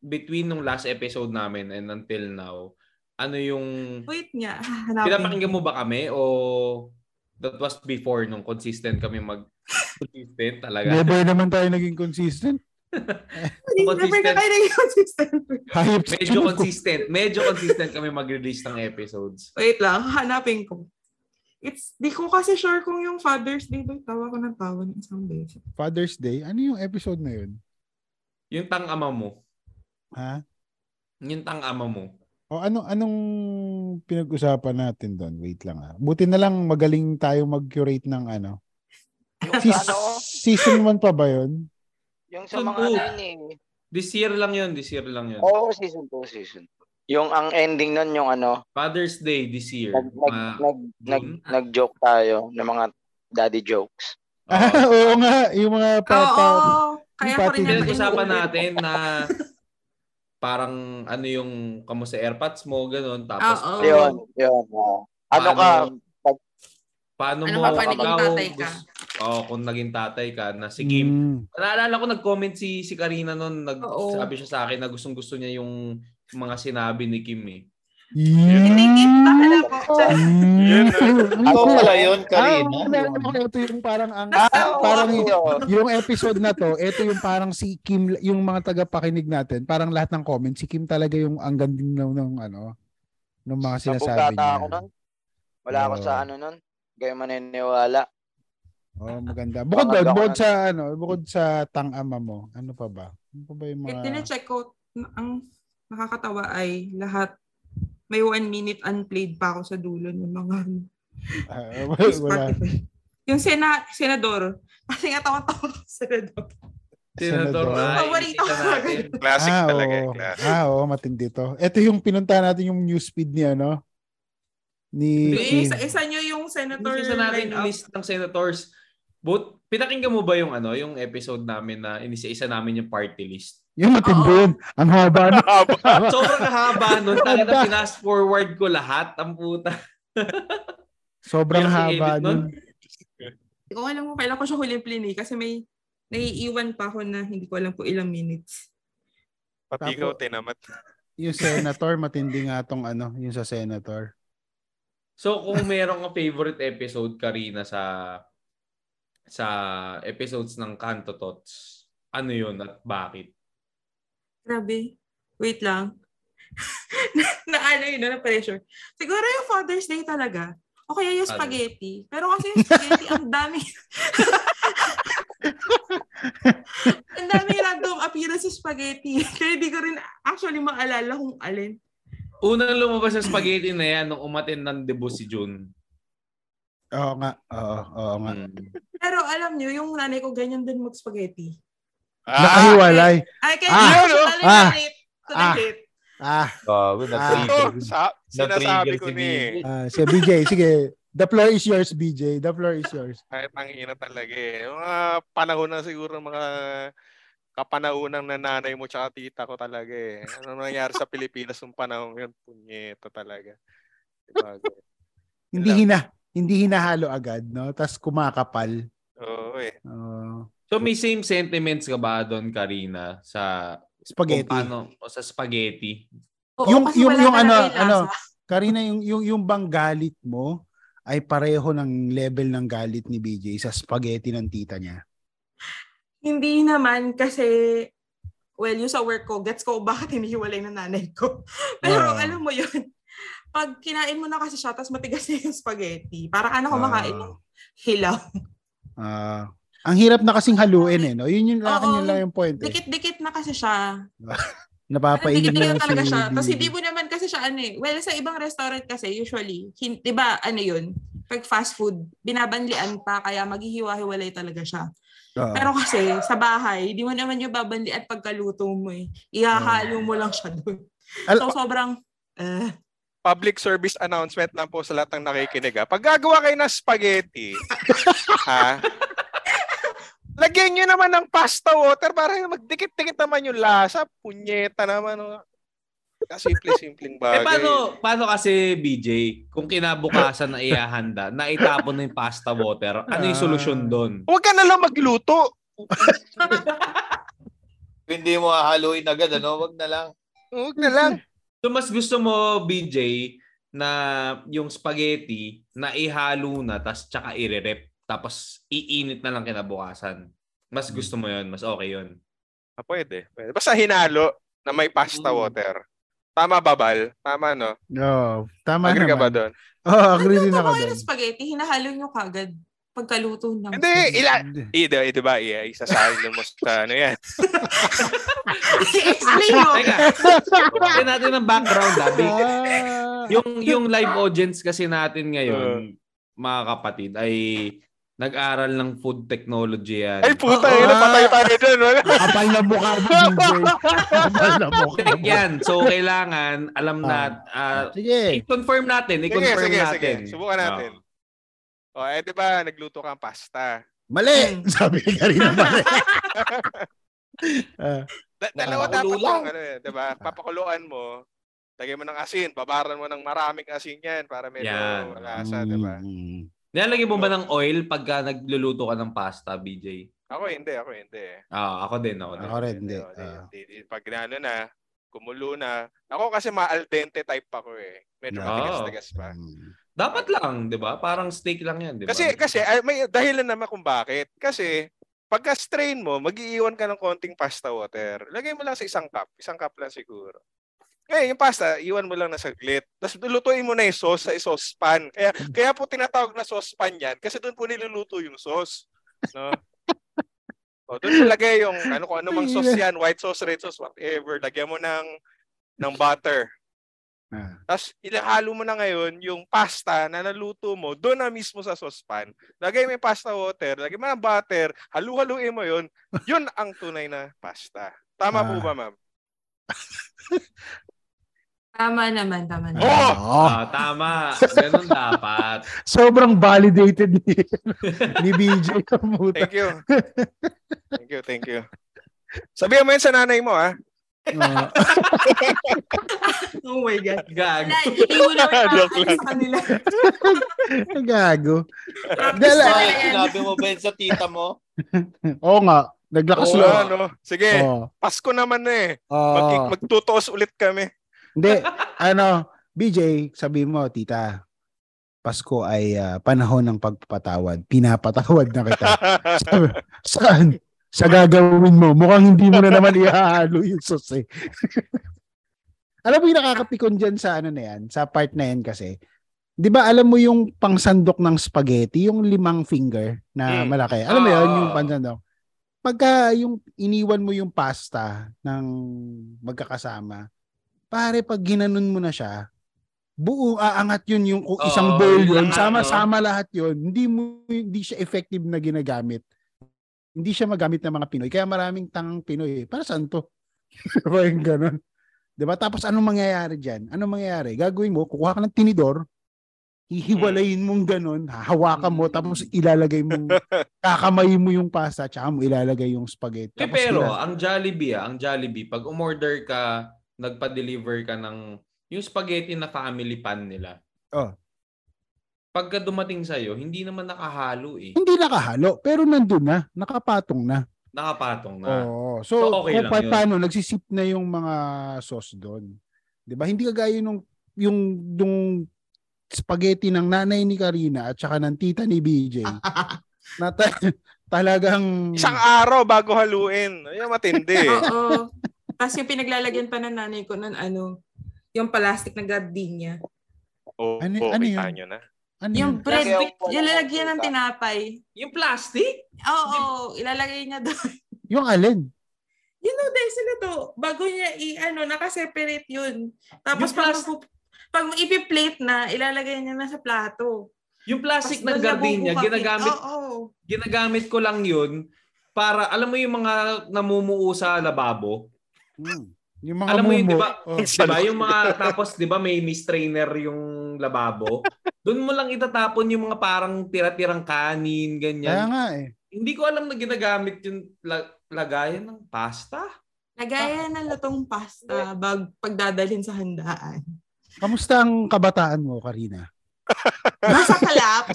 S2: between nung last episode namin and until now, ano yung
S9: Wait nga, hanapin.
S2: pinapakinggan mo ba kami o that was before nung consistent kami mag consistent talaga?
S1: Never naman tayo naging consistent.
S9: Hindi, Never na
S2: consistent.
S9: tayo naging consistent.
S1: Hayop sa
S2: Medyo
S1: tinig ko.
S2: consistent. Medyo consistent kami mag-release ng episodes.
S9: Wait lang, hanapin ko. It's, di ko kasi sure kung yung Father's Day ba tawa ko ng tawa ng isang beses.
S1: Father's Day. Ano yung episode na yun?
S2: Yung tang ama mo.
S1: Ha?
S2: Yung tang ama mo.
S1: O ano anong pinag-usapan natin doon? Wait lang ah. Buti na lang magaling tayo mag-curate ng ano.
S7: Yung
S1: Seas-
S7: ano,
S1: season 1 pa ba yun?
S7: yung sa
S2: Season
S7: mga
S2: two.
S7: ano yun eh.
S2: This year lang yun. This year lang
S1: Oh.
S2: yun.
S7: Oo, season 2, season 2. Yung ang ending nun yung ano,
S2: Father's Day this year.
S7: nag, nag,
S2: Ma-
S7: nag, nag,
S2: June?
S7: nag-joke tayo ng mga daddy jokes.
S1: Ah,
S2: Oo.
S1: oo nga. Yung mga
S9: Oo,
S1: papa. yung
S9: kaya ko rin
S1: pati-
S9: naman.
S2: Pinag-usapan natin na parang ano yung kamo sa airpods mo, ganun. Tapos
S9: Oo.
S7: Yun, yun. oo. Ano ka,
S2: paano
S9: Ano
S2: mo
S9: ka pa naging
S2: ikaw
S9: tatay ka?
S2: gusto- Oo, kung naging tatay ka na si Kim.
S1: Mm.
S2: Naalala ko nag-comment si si Karina noon,
S9: Oo.
S2: nagsabi siya sa akin na gustong-gusto niya yung mga sinabi ni Kim eh.
S1: Hmm.
S9: Hindi, Kim, bahala po.
S1: Mm.
S8: Ako pala yun, Karina.
S1: Ah, naalala ko, ito yung parang ang
S9: Nasa-
S1: parang
S7: Ano yun?
S1: yung episode na to, ito yung parang si Kim, yung mga tagapakinig natin, parang lahat ng comments, si Kim talaga yung ang ganding ng, ng ano, ng mga sinasabi
S7: Nabugata
S1: niya.
S7: ako nun. Wala ako
S1: Oo.
S7: sa ano nun. Gaya maniniwala.
S1: Oh, maganda. Bukod doon, bukod sa ano, bukod sa tang-ama mo, ano pa ba? Ano pa ba yung
S9: Mga...
S1: mga
S9: check ko, ang nakakatawa ay lahat, may one minute unplayed pa ako sa dulo ng mga
S1: Ah, wala, wala.
S9: Spotify. Yung sena, senador. Kasi nga tawang-tawa ko sa senador.
S2: Senator
S1: Senador.
S2: Ryan,
S9: Paborito
S2: kita
S9: ko.
S2: natin.
S4: Classic
S1: ah,
S4: talaga. eh,
S1: oo.
S4: Classic.
S1: Ah, oo, matindi to. Ito yung pinunta natin yung newsfeed niya, no? Ni
S9: Yung
S1: Kim.
S9: Isa, isa nyo yung senator
S2: Senator sa natin yung
S9: lineup.
S2: list ng senators. But pinakinggan mo ba yung ano, yung episode namin na inisa-isa namin yung party list?
S1: Yung matindi yun. Ang haba na.
S2: Sobrang kahaba nun. Talaga na pinas forward ko lahat. Ang puta.
S1: Sobrang
S2: Yung
S1: haba
S2: edit nun?
S1: nun.
S9: Hindi ko alam kung kailan ko siya huli play kasi may naiiwan pa ako na hindi ko alam po ilang minutes.
S4: Pati ikaw, tinamat.
S1: Yung senator, matindi nga tong ano, yung sa senator.
S2: So kung meron ka favorite episode Karina sa sa episodes ng Kanto Tots, ano yun at bakit?
S9: Grabe. Wait lang. na, na ano yun, na pressure. Siguro yung Father's Day talaga. O kaya yung
S2: Ano?
S9: spaghetti. Pero kasi yung spaghetti, ang dami. ang dami random appearance sa spaghetti. Kaya di ko rin actually maalala kung alin.
S2: Unang lumabas sa spaghetti na yan nung umatin ng debo si June.
S1: Oo nga. Oo, oo nga.
S2: Mm.
S9: Pero alam nyo, yung nanay ko ganyan din mag-spaghetti.
S4: Ah,
S1: Nakahiwalay.
S9: Ay, kaya
S1: Ah!
S9: ah,
S4: Ano?
S1: Ah! Ah!
S9: to the hit.
S1: Ah,
S6: Bago,
S4: oh,
S6: na-trigger.
S4: sa, sinasabi ko na eh.
S1: ah, si BJ, sige. The floor is yours, BJ. The floor is yours.
S4: Kahit ang ina talaga eh. Yung Mga panahon na siguro mga kapanaunang nanay mo tsaka tita ko talaga eh. Ano nangyari sa Pilipinas nung panahon yun? Punyeta talaga. Diba?
S1: Hindi hina, hindi hinahalo agad, no? Tapos kumakapal.
S4: Oo eh.
S1: Oo.
S2: So may same sentiments ka ba doon Karina sa
S1: spaghetti.
S2: Kung paano, o sa spaghetti.
S9: Oo,
S1: Yung-
S9: kasi
S1: yung-
S9: wala
S1: yung
S9: na
S1: ano,
S9: lang yung
S1: ano,
S9: lasa.
S1: Karina, yung, yung, yung bang galit mo ay pareho ng level ng galit ni BJ sa spaghetti ng tita niya.
S9: Hindi naman kasi, well, yung sa work ko, gets ko bakit hinihiwalay ng nanay ko. Pero
S1: Ah.
S9: alam mo yun, pag kinain mo na kasi siya, tapos matigas na yung spaghetti, parang ano kumakain ng hilaw.
S1: Ah, ang hirap na kasing haluin eh, no? Yun yung
S9: Oo.
S1: akin yun lang yung point eh.
S9: Dikit-dikit na kasi siya.
S1: Napapailig
S9: Hindi
S1: na
S9: na talaga
S1: si
S9: siya. Tapos
S1: BJ.
S9: hindi mo naman kasi siya ano eh. Well, sa ibang restaurant kasi usually, hin- 'di ba, ano 'yun? Pag fast food, binabanlian pa kaya maghihiwa-hiwalay talaga siya.
S1: Oo.
S9: Pero kasi sa bahay, hindi mo naman yung babanlian pagkaluto mo eh. Ihahalo mo lang siya doon.
S4: Al-
S9: So sobrang eh,
S4: public service announcement lang po sa lahat ng nakikinig. Ha? Pag gagawa kayo ng spaghetti, ha? Lagyan nyo naman ng pasta water para magdikit-dikit naman yung lasa. Punyeta naman. Oh. Kasimple-simpleng
S2: Eh
S4: bagay.
S2: paano, paano kasi BJ, kung kinabukasan na ihahanda, naitapon na yung pasta water, ano yung
S4: Ah.
S2: solusyon doon?
S4: Huwag ka na lang magluto.
S6: Hindi mo hahaluin agad, ano? Wag na lang.
S4: Huwag na lang.
S2: So mas gusto mo BJ na yung spaghetti na ihalo na tas tsaka irerep tapos iinit na lang kinabukasan. Mas gusto mo yon, mas okay yon.
S4: Ah, pwede. pwede. Basta hinalo na may pasta
S2: Mm.
S4: water. Tama ba, Bal? Tama, no?
S1: Oo. Tama
S4: Agree ka ba
S1: naman.
S4: doon?
S1: Oo, agree din
S9: Nagluto
S1: ako
S9: Ano kayo
S1: doon.
S9: ng spaghetti, hinahalo nyo kagad pagkaluto ng
S4: Hindi, ila... Ida, ida ba? Iya, isasalo mo sa ano yan.
S9: Explain mo.
S2: Teka, bigyan natin ng background, Dabi.
S1: Ah.
S2: yung yung live audience kasi natin
S4: Ah.
S2: ngayon, mga kapatid, ay nag-aral ng food technology yan.
S4: Ay, puta,
S1: Oo.
S4: ina, patay tayo doon. Wala.
S1: Kapal na mukha mo, BJ. Kapal na mukha mo.
S2: Tech yan. So, kailangan, alam na, ah,
S1: Sige.
S2: i-confirm natin, i-confirm
S4: sige,
S2: natin. Ah.
S4: sige. Subukan natin.
S2: Oo.
S4: O, eh, di ba, nagluto kang pasta.
S1: Mali! Sabi ni Karina, mali. Ah.
S4: Da- dalawa dapat
S6: Nakakulo
S4: yung, ano yan, di ba? Papakuluan mo, lagyan mo ng asin, babaran mo ng maraming asin yan para medyo
S2: Yan.
S4: lasa, di ba?
S1: Mm.
S2: Nilalagay mo ba ng oil pagka nagluluto ka ng pasta, BJ?
S4: Ako hindi, ako hindi.
S2: Ah, ako din, ako din.
S1: Ako rin, hindi.
S4: Hindi,
S1: Ah.
S4: hindi, hindi. Pag ano na, kumulo na. Ako kasi ma-al dente type ako eh. Medyo
S1: No.
S4: matigas-tigas pa.
S1: Mm.
S2: Dapat lang, di ba? Parang steak lang yan, di ba?
S4: Kasi, kasi ay, may dahilan naman kung bakit. Kasi, pagka-strain mo, mag-iiwan ka ng konting pasta water. Lagay mo lang sa isang cup. Isang cup lang siguro. Eh, yung pasta, iwan mo lang na saglit. Tapos lutuin mo na yung sauce sa saucepan. Kaya, kaya po tinatawag na saucepan yan kasi doon po niluluto yung sauce. No? o, doon ilagay yung ano, kung ano mang sauce yan, white sauce, red sauce, whatever. Lagyan mo ng, ng butter.
S1: Ah.
S4: Tapos ilahalo mo na ngayon yung pasta na naluto mo doon na mismo sa saucepan. Lagay mo yung pasta water, lagay mo ng butter, halu-haluin mo yun. Yun ang tunay na pasta. Tama po
S1: Ah.
S4: ba, ma'am?
S9: Tama naman, tama naman.
S4: Oh!
S1: Oo.
S2: Ah, tama. Ganun dapat.
S1: Sobrang validated ni, ni BJ Kamuta.
S4: Thank you. Thank you, thank you. Sabihan mo yun sa nanay mo, ah. ha?
S1: Oo.
S9: Oh my God.
S2: Gag.
S9: Wala, iiwan na
S4: Joke
S9: may sa kanila.
S1: Ang Gago.
S9: Dala.
S4: ah,
S1: Dala.
S6: Ay, sinabi mo, Ben, sa tita mo.
S1: Oo nga. Naglakas
S4: Oo,
S1: loob.
S4: ano? Sige,
S1: Oo. Ah.
S4: Pasko naman na eh.
S1: Oo.
S4: Mag- magtutuos ulit kami.
S1: Hindi. Ano, BJ, sabi mo, tita, Pasko ay ah, panahon ng pagpapatawad. Pinapatawad na kita. Sabi- Saan? Sa gagawin mo. Mukhang hindi mo na naman ihahalo yung sauce eh. alam mo yung nakakapikon dyan sa ano na yan, sa part na yan kasi, di ba alam mo yung pangsandok ng spaghetti, yung limang finger na
S4: Mm.
S1: malaki. Alam mo yun, yung
S2: Ah.
S1: pangsandok. Pagka yung iniwan mo yung pasta ng magkakasama, pare pag ginanon mo na siya, buo aangat yun yung o isang
S2: Oo,
S1: bowl
S2: yun
S1: yun,
S2: lahat,
S1: sama-sama lahat yun. Hindi mo hindi siya effective na ginagamit. Hindi siya magamit ng mga Pinoy. Kaya maraming tangang Pinoy. eh. Para saan to? Parang ganun. 'Di ba? Tapos anong mangyayari diyan? Anong mangyayari? Gagawin mo, kukuha ka ng tinidor, hihiwalayin mong ganun, hahawakan mo,
S2: Mm.
S1: tapos ilalagay mo, kakamay mo yung pasta, tsaka mo ilalagay yung spaghetti.
S2: Eh,
S1: Tapos
S2: pero,
S1: ilal-
S2: ang Jollibee, ah, ang Jollibee, pag umorder ka, nagpa-deliver ka ng yung spaghetti na family pan nila.
S1: Oh.
S2: Pagka dumating sa'yo, hindi naman nakahalo eh.
S1: hindi nakahalo, pero nandun na, nakapatong na.
S2: Nakapatong na.
S1: Oo. So,
S2: So, okay
S1: kung
S2: lang
S1: pa-
S2: yun.
S1: paano, nagsisip na yung mga sauce doon. 'Di ba Hindi kagaya nung, yung, yung spaghetti ng nanay ni Karina at saka ng tita ni BJ. na ta- talagang...
S4: Isang araw bago haluin. Ayan, matindi eh.
S9: Oo. Tapos yung pinaglalagyan pa ng nanay ko nun, ano, yung plastic na gardenia.
S4: Oh,
S1: Ano-
S4: oh,
S1: ano
S4: kita
S1: yun?
S4: nyo na.
S1: ano yun?
S4: Hmm.
S9: Yung bread,
S6: Kaya
S9: with-
S6: wala
S9: yung lalagyan ng
S6: nakita.
S9: tinapay.
S2: Yung plastic?
S9: Oo, ilalagay niya doon.
S1: Yung alin?
S9: You know, dahil sila to, bago niya i-ano, nakaseparate yun. Tapos
S2: Yung
S9: pag,
S2: plas-
S9: mapu- pag ipi-plate na, ilalagay niya na sa plato.
S2: Yung
S9: Tapos
S2: plastic ng
S9: doon niya
S2: gardenia,
S9: bubukakin.
S2: ginagamit
S9: Oo.
S2: ginagamit ko lang yun para, alam mo yung mga namumuo sa lababo?
S1: Mm. Yung mga
S2: Alam mo yun,
S1: mumu.
S2: di ba?
S1: Oh.
S2: Di ba? Yung mga, tapos di ba may mistrainer yung lababo? Doon mo lang itatapon yung mga parang tira-tirang kanin,
S1: Kaya
S2: ganyan.
S1: nga eh.
S2: Hindi ko alam na ginagamit yung la- lagayan ng pasta.
S9: Lagayan ng lutong pasta bag pagdadalhin sa handaan.
S1: Kamusta ang kabataan mo, Karina?
S9: Nasa kalap.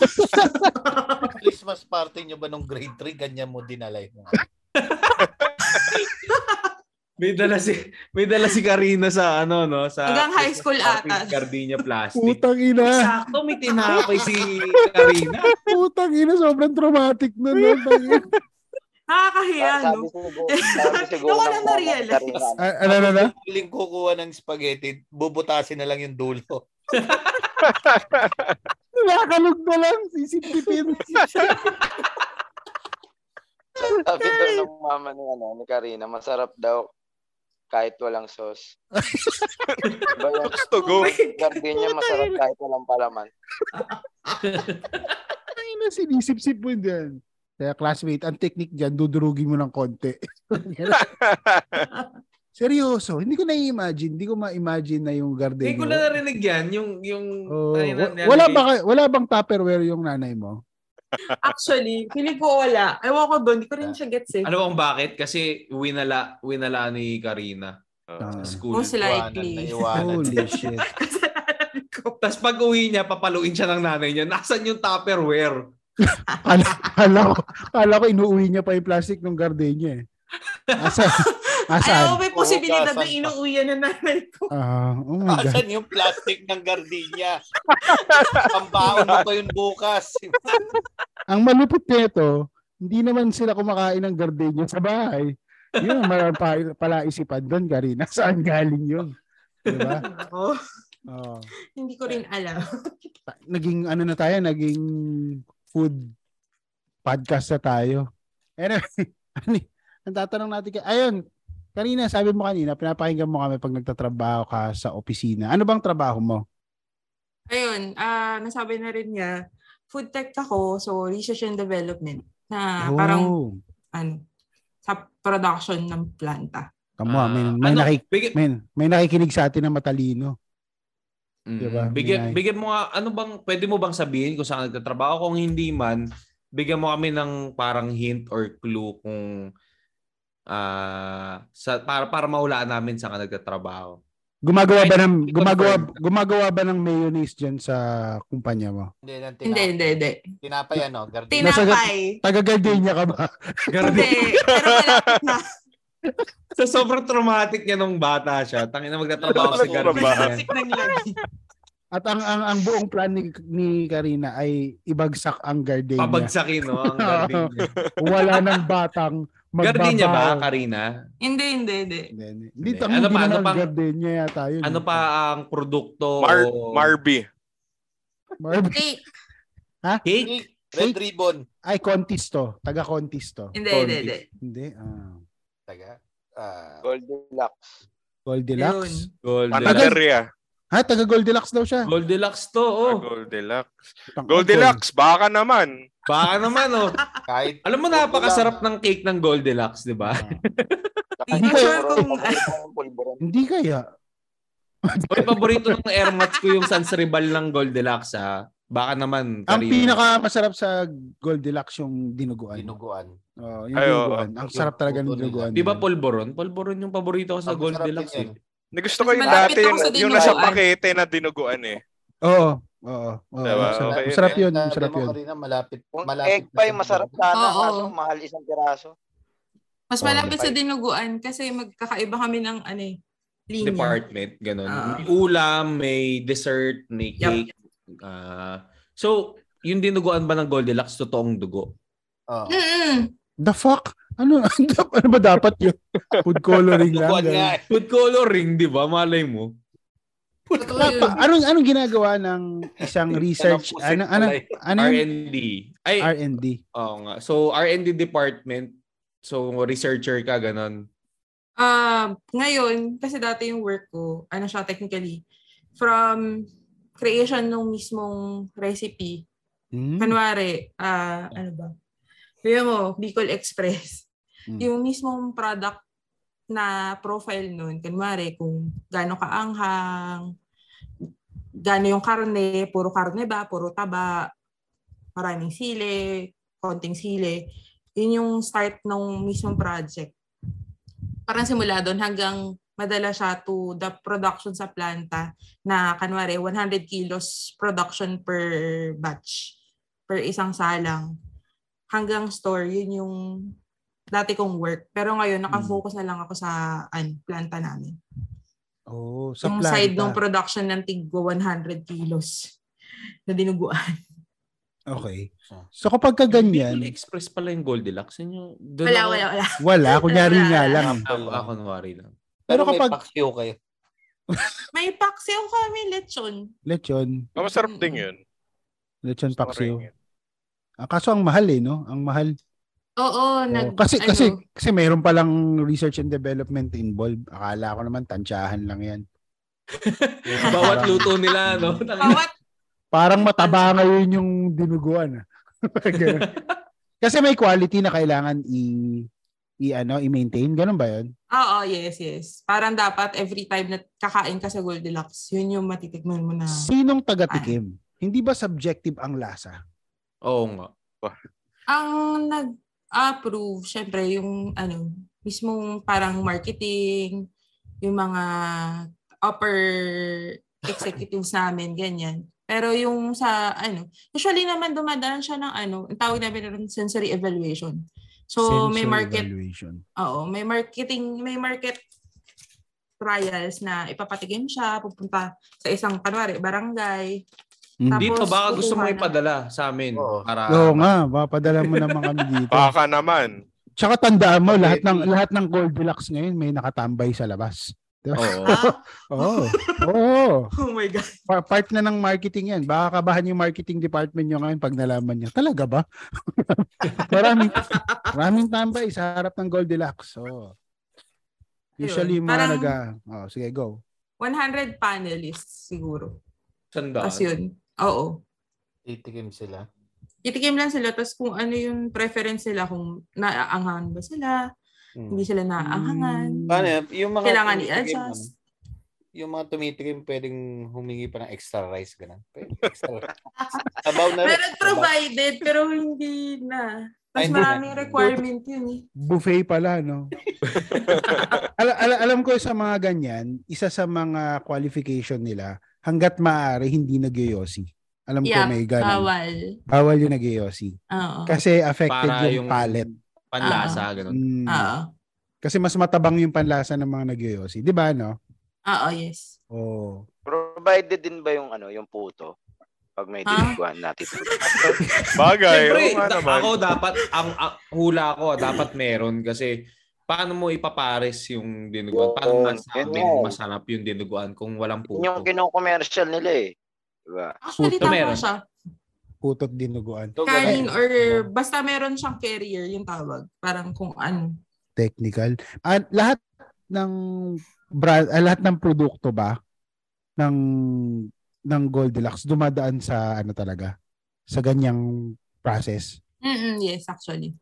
S6: Christmas party nyo ba nung grade 3? Ganyan mo dinalay mo.
S2: May dala si may dala si Karina sa ano no sa
S9: Hanggang high school
S2: party
S9: ata.
S2: Gardenia plastic.
S1: Putang ina.
S2: Sakto may tinapay si Karina.
S1: Putang ina. Sobrang traumatic nun. no? Tang ina.
S9: Nakakahiya,
S7: Sabi
S9: no?
S7: siguro, sabi siguro
S9: Nung wala
S7: ng mga
S9: na-realize.
S7: karinan,
S1: Ah, ano na na?
S6: Huling kukuha ng spaghetti, bubutasin na lang yung dulo.
S1: Nakakalog na lang. Sisipipin.
S7: sabi daw ng mama ni, ano, ni Karina, masarap daw kahit walang sauce. Iba yung
S4: Gusto go.
S7: gardenia masarap kahit walang palaman.
S1: Putang ina. Sinisip-sip mo dyan. Kaya classmate, ang technique dyan, dudurugin mo ng konti. Seryoso, hindi ko na-imagine. Hindi ko ma-imagine na yung garden.
S2: Hindi ko na narinig yan yung yung
S1: Oh,
S2: tayo na-
S1: wa- wala, ba, kay- wala bang Tupperware yung nanay mo?
S9: Actually, feeling ko wala. Ewan ko doon, hindi ko rin siya gets eh.
S2: Ano bang bakit? Kasi winala winala ni Karina sa
S4: Oh.
S1: Ah.
S2: school.
S9: Most likely.
S6: Naiwanan.
S1: Holy shit.
S9: Kasalanan ko.
S2: Tapos pag uwi niya, papaluin siya ng nanay niya. Nasaan yung Tupperware?
S1: Kala, kala ko, kala ko inuuwi niya pa yung plastic ng gardenia eh. Asa,
S9: Ayaw,
S1: asan?
S9: may posibilidad na
S6: Buhugasan pa.
S9: inuuwi yan ng nanay ko.
S1: Ah, oh my God.
S6: Asan yung plastic ng gardenia? Pambaon mo pa yun bukas.
S1: Ang malupit nito, hindi naman sila kumakain ng gardenia sa bahay. Yun ang marang pa, pala isipan doon, Karina. Saan galing yun? Di ba?
S9: Ako,
S1: Oo.
S9: hindi ko rin alam.
S1: Ta- Naging ano na tayo, naging food podcast na tayo. Anyway, ano, ang tatanong natin, ka- ayun, kanina, sabi mo kanina, pinapakinggan mo kami pag nagtatrabaho ka sa opisina. Ano bang trabaho mo?
S9: Ayun, ah nasabi na rin niya, food tech ako, so research and development na Ah, parang
S1: Oh,
S9: ano, sa production ng planta.
S1: Tamo, ah, may, may,
S2: ano,
S1: nakik-
S2: bigyan,
S1: may, may nakikinig sa atin na matalino.
S2: Mm,
S1: diba?
S2: Bigyan,
S1: May-
S2: bigyan mo nga, ano bang, pwede mo bang sabihin kung saan nagtatrabaho? Kung hindi man, bigyan mo kami ng parang hint or clue kung ah sa, para, para mahulaan namin saan ka nagtatrabaho.
S1: Gumagawa ba
S2: Ay,
S1: ng
S2: hindi
S1: gumagawa
S2: confirmed.
S1: gumagawa ba ng mayonnaise diyan sa kumpanya mo?
S8: Hindi, nang
S9: Hindi,
S8: tinapay.
S9: hindi, hindi.
S8: Tinapay ano, gardenia.
S1: Nasa-
S9: Tinapay.
S1: Taga
S2: Hmm.
S1: Gardenia ka ba?
S9: Hindi. Pero malapit na.
S2: Sa sobrang traumatic niya nung bata siya, tangin na magtatrabaho sa
S4: Trabaho.
S2: garden.
S9: Basic ng lagi.
S1: At ang ang, ang buong plan ni, ni Karina ay ibagsak ang Gardenia.
S2: Pabagsakin, no? Ang garden niya.
S1: Wala ng batang
S2: Garden niya ba,
S1: magbabaw.
S2: Karina?
S9: Hindi, hindi, hindi.
S1: Hindi, hindi. Hindi,
S2: Hindi.
S1: tangin,
S2: Ano
S1: hindi
S2: pa, ano
S1: naman
S2: pa-
S1: Gardenia yata yun. eh.
S2: Ano pa ang
S1: Oh.
S2: produkto?
S4: Mar-
S2: o-
S4: Marby.
S1: Mar-
S9: Cake.
S2: Cake?
S6: Red ribbon.
S1: ay, Contisto. Taga Contisto.
S9: Hindi, hindi, hindi.
S1: Hindi. Ah.
S8: Taga. Ah,
S7: Goldilocks.
S1: Goldilocks.
S2: Goldilocks.
S4: Panaderia.
S1: Ha? Taga Goldilocks daw siya.
S2: Goldilocks to, oh.
S4: Ah, Goldilocks.
S1: Tang-
S4: Goldilocks, baka naman.
S2: Baka naman, oh.
S8: kahit
S2: Alam mo, napakasarap ng cake ng Goldilocks, di ba?
S1: Ah.
S7: Saka
S9: Hindi ko
S7: yung
S9: sure
S7: puro-
S9: kung- ano.
S7: paborito kong pulburon.
S1: Hindi kaya.
S2: Oy, paborito ng airmats ko yung Sans Rival ng Goldilocks, ha? Baka
S1: Ang
S2: naman, Karina.
S1: pinakamasarap sa Goldilocks yung dinuguan.
S8: dinuguan.
S1: Oo, yung
S4: Ay, oo. Diba?
S1: dinuguan. Ang
S8: Yung
S1: sarap talaga ng
S8: puto nila.
S1: dinuguan.
S2: Di ba
S1: nila.
S2: polboron? Polboron yung paborito ko sa
S8: Ang masarap
S2: Goldilocks,
S8: din
S2: eh.
S8: yan.
S4: Gusto ko yung
S9: Malapit
S4: dati,
S9: ako
S4: yung,
S9: sa
S4: yung nasa
S9: dinuguan.
S4: pakete na dinuguan eh.
S1: Oo. Oo. Oo.
S4: Diba?
S1: Masarap,
S4: Okay,
S1: masarap yun.
S8: Sabi
S1: Masarap
S8: mo
S1: yun.
S8: kanina, malapit.
S7: Kung
S8: malapit
S7: egg pie, masarap sana.
S9: Oo.
S7: Kaso mahal isang piraso.
S9: Mas
S1: Oh,
S9: malapit sa
S7: okay.
S9: dinuguan kasi magkakaiba kami ng ano eh, linya.
S2: Department, ganun.
S9: Ah.
S2: May ulam, may dessert, may cake.
S9: Yup.
S2: Ah, so, yung dinuguan ba ng Goldilocks, totoong dugo?
S8: Oo.
S9: Mm-mm.
S1: The fuck? Ano, ano ba dapat yun? Food coloring lang.
S6: Buwan
S1: ganun.
S8: eh.
S6: nga.
S2: Food coloring, di ba? Malay mo.
S9: Totoo yun.
S1: Pa- Anong anong ginagawa ng isang research ano ano ano yun?
S2: R&D. Ay,
S1: R&D.
S2: oo nga. So, R&D department. So, researcher ka, ganun.
S9: Ah, ngayon, kasi dati yung work ko, ano siya technically, from creation ng mismong recipe.
S1: Hmm?
S9: Ano Kanwari, ah, ano ba? Kaya mo, Bicol Express.
S1: Hmm.
S9: Yung mismong product na profile nun, kanwari, kung gaano kaanghang, gaano yung karne, puro karne ba, puro taba, maraming sili, konting sili. Yun yung start ng mismong project parang simula doon hanggang madala siya to the production sa planta na kanwari 100 kilos production per batch per isang salang hanggang store yun yung dati kong work pero
S1: Hmm.
S9: ngayon nakafocus na lang ako sa an, planta namin
S1: Oh, sa
S9: yung
S1: planta.
S9: side ng production ng tigwa 100 kilos na dinuguan
S1: Okay. So kapag ka ganyan,
S2: Bicol Express pala yung Goldilocks. Yun yung, doon
S9: wala
S2: ako-
S9: wala wala
S1: wala kunyari
S9: Wala.
S1: nga lang.
S2: Ako, ako kunwari lang.
S1: Pero
S8: Pero
S1: kapag-
S8: kapag... May paksiw kayo.
S9: may paksiw kami lechon
S1: Lechon,
S4: Oh, masarap din yun.
S1: lechon
S4: Gusto ko rin
S1: paksiw.
S4: yun.
S1: Ah, kaso ang mahal eh, no? Ang mahal.
S9: oo
S1: Oo, Oh,
S9: nag
S1: kasi
S9: ano,
S1: kasi kasi mayroon palang research and development involved. Akala ko naman tansyahan lang 'yan.
S2: Bawat luto nila, no? Tangina.
S9: bawat
S1: Parang mataba ngayon yung dinuguan. ah. Ganun. kasi may quality na kailangan i i ano, i-maintain. Ganun ba 'yon?
S9: Oo, yes, yes. Parang dapat every time na kakain ka sa Goldilocks, yun yung matitikman mo na.
S1: Sinong
S9: Ah.
S1: tagatikim? Hindi ba subjective ang lasa?
S2: Oo nga.
S9: Ang nag-approve, syempre, yung ano, mismong parang marketing, yung mga upper executives namin, ganyan. Pero yung sa, ano, usually naman dumadaan siya ng ano, ang tawag namin rin sensory evaluation. So, may
S1: Sensory
S9: market
S1: evaluation.
S9: Oo, may marketing, may market trials na ipapatigim siya, pupunta sa isang, kanwari, barangay.
S1: Mm.
S9: Tapos,
S2: Dito, baka gusto mo
S9: kukuha na.
S2: ipadala sa amin.
S8: Oo.
S2: Para...
S1: Oo nga, papadala mo naman kami dito.
S4: Baka naman.
S1: Tsaka tandaan mo, lahat ng lahat ng Goldilocks ngayon may nakatambay sa labas.
S2: Oo.
S1: Oo. Oo.
S9: Oh my God.
S1: Pa- Part na ng marketing yan. Baka kabahan yung marketing department nyo ngayon pag nalaman niya. Talaga ba? maraming, maraming tambay sa harap ng Goldilocks. So, usually yung mga
S9: Parang-
S1: naga... Oh, sige, go.
S9: 100 panelists siguro.
S2: Sandaan.
S9: Tapos yun. Oo.
S8: Titikim sila.
S9: Titikim lang sila. Tapos kung ano yung preference nila. Kung naaangahan ba sila.
S8: Hmm.
S9: Hindi sila naaangahan.
S8: Mm.
S6: Paano yan? Yung mga
S9: Kailangan
S6: tumitikim, ano?
S9: i-adjust.
S8: Yung mga tumitikim, pwedeng humingi pa ng extra rice. Ganun. Pwede extra rice. Sabaw na rin.
S9: Meron provided pero hindi na.
S8: Ay,
S9: Tapos
S8: hindi na.
S9: maraming requirement yun eh.
S1: Buffet pala, no? al- al- alam ko sa mga ganyan, isa sa mga qualification nila, hanggat maaari, hindi nagyoyosi. Alam
S9: Yeah,
S1: ko may ganun.
S9: Bawal.
S1: Bawal yung nagyoyosi.
S9: Oo.
S1: Kasi affected
S2: Para
S1: yung, palate.
S2: Panlasa, ganun.
S1: Mm.
S9: Oo.
S1: Kasi mas matabang yung panlasa ng mga nagyoyosi. Di ba, no?
S9: Oo, yes.
S1: Oo.
S7: Provided din ba yung ano, yung puto? Pag may
S9: Ah.
S7: tiniguan natin.
S4: Bagay.
S2: Siyempre,
S4: oo nga
S2: da-
S4: naman.
S2: ako dapat, ang, ang hula ko, dapat meron kasi paano mo ipapares yung dinuguan? Paano
S7: Yun,
S2: masabing
S7: yun.
S2: masarap yung dinuguan kung walang puto?
S7: Yun yung kinokommercial nila eh. Diba?
S9: Actually,
S2: Puto
S9: tama
S2: meron.
S9: siya.
S1: Putot dinuguan.
S6: Ito,
S9: Carrying
S6: ganun.
S9: or basta meron siyang carrier yung tawag. Parang kung ano.
S1: Technical. Ah, lahat ng brand, ah, lahat ng produkto ba ng ng Goldilocks dumadaan sa ano talaga sa ganyang process.
S9: Mm-mm, yes, actually.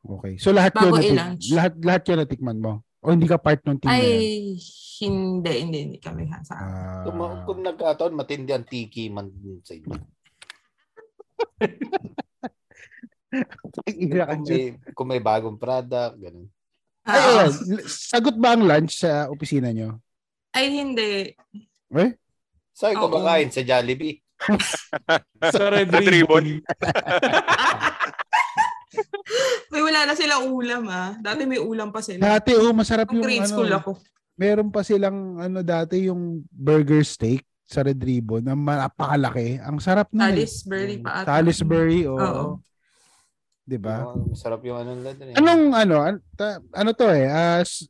S1: Okay. So lahat
S9: Bago
S1: 'yun natik-
S9: i-launch.
S1: lahat lahat 'yun natikman mo. O hindi ka part ng team na yun?
S9: Ay, hindi, hindi, hindi kami ha, sa akin.
S1: Ah.
S8: Kung, ma- kung nagkataon, matindi ang tiki man sa inyo.
S1: Ay, iyak ka
S8: Kung
S1: dyan.
S8: may, kung may bagong product, ganun.
S1: Ay,
S9: Ah,
S1: ayun. sagot ba ang lunch sa opisina nyo?
S9: ay, hindi.
S8: Saan ko
S9: Oo.
S8: makain? Sa Jollibee.
S2: Sa red
S4: Red ribbon.
S9: May wala na sila ulam ah. Dati may ulam pa sila.
S1: Dati, oh, masarap
S9: Nung
S1: yung
S9: grade
S1: ano.
S9: school ako.
S1: meron pa silang ano dati yung burger steak sa Red Ribbon na napakalaki. Ang sarap na
S9: Salisbury pa ata.
S1: hmm. Salisbury, oo.
S9: Oo.
S1: 'Di ba?
S8: Oo, Masarap yung ano nila dun eh.
S1: Anong ano an- ta- ano to eh as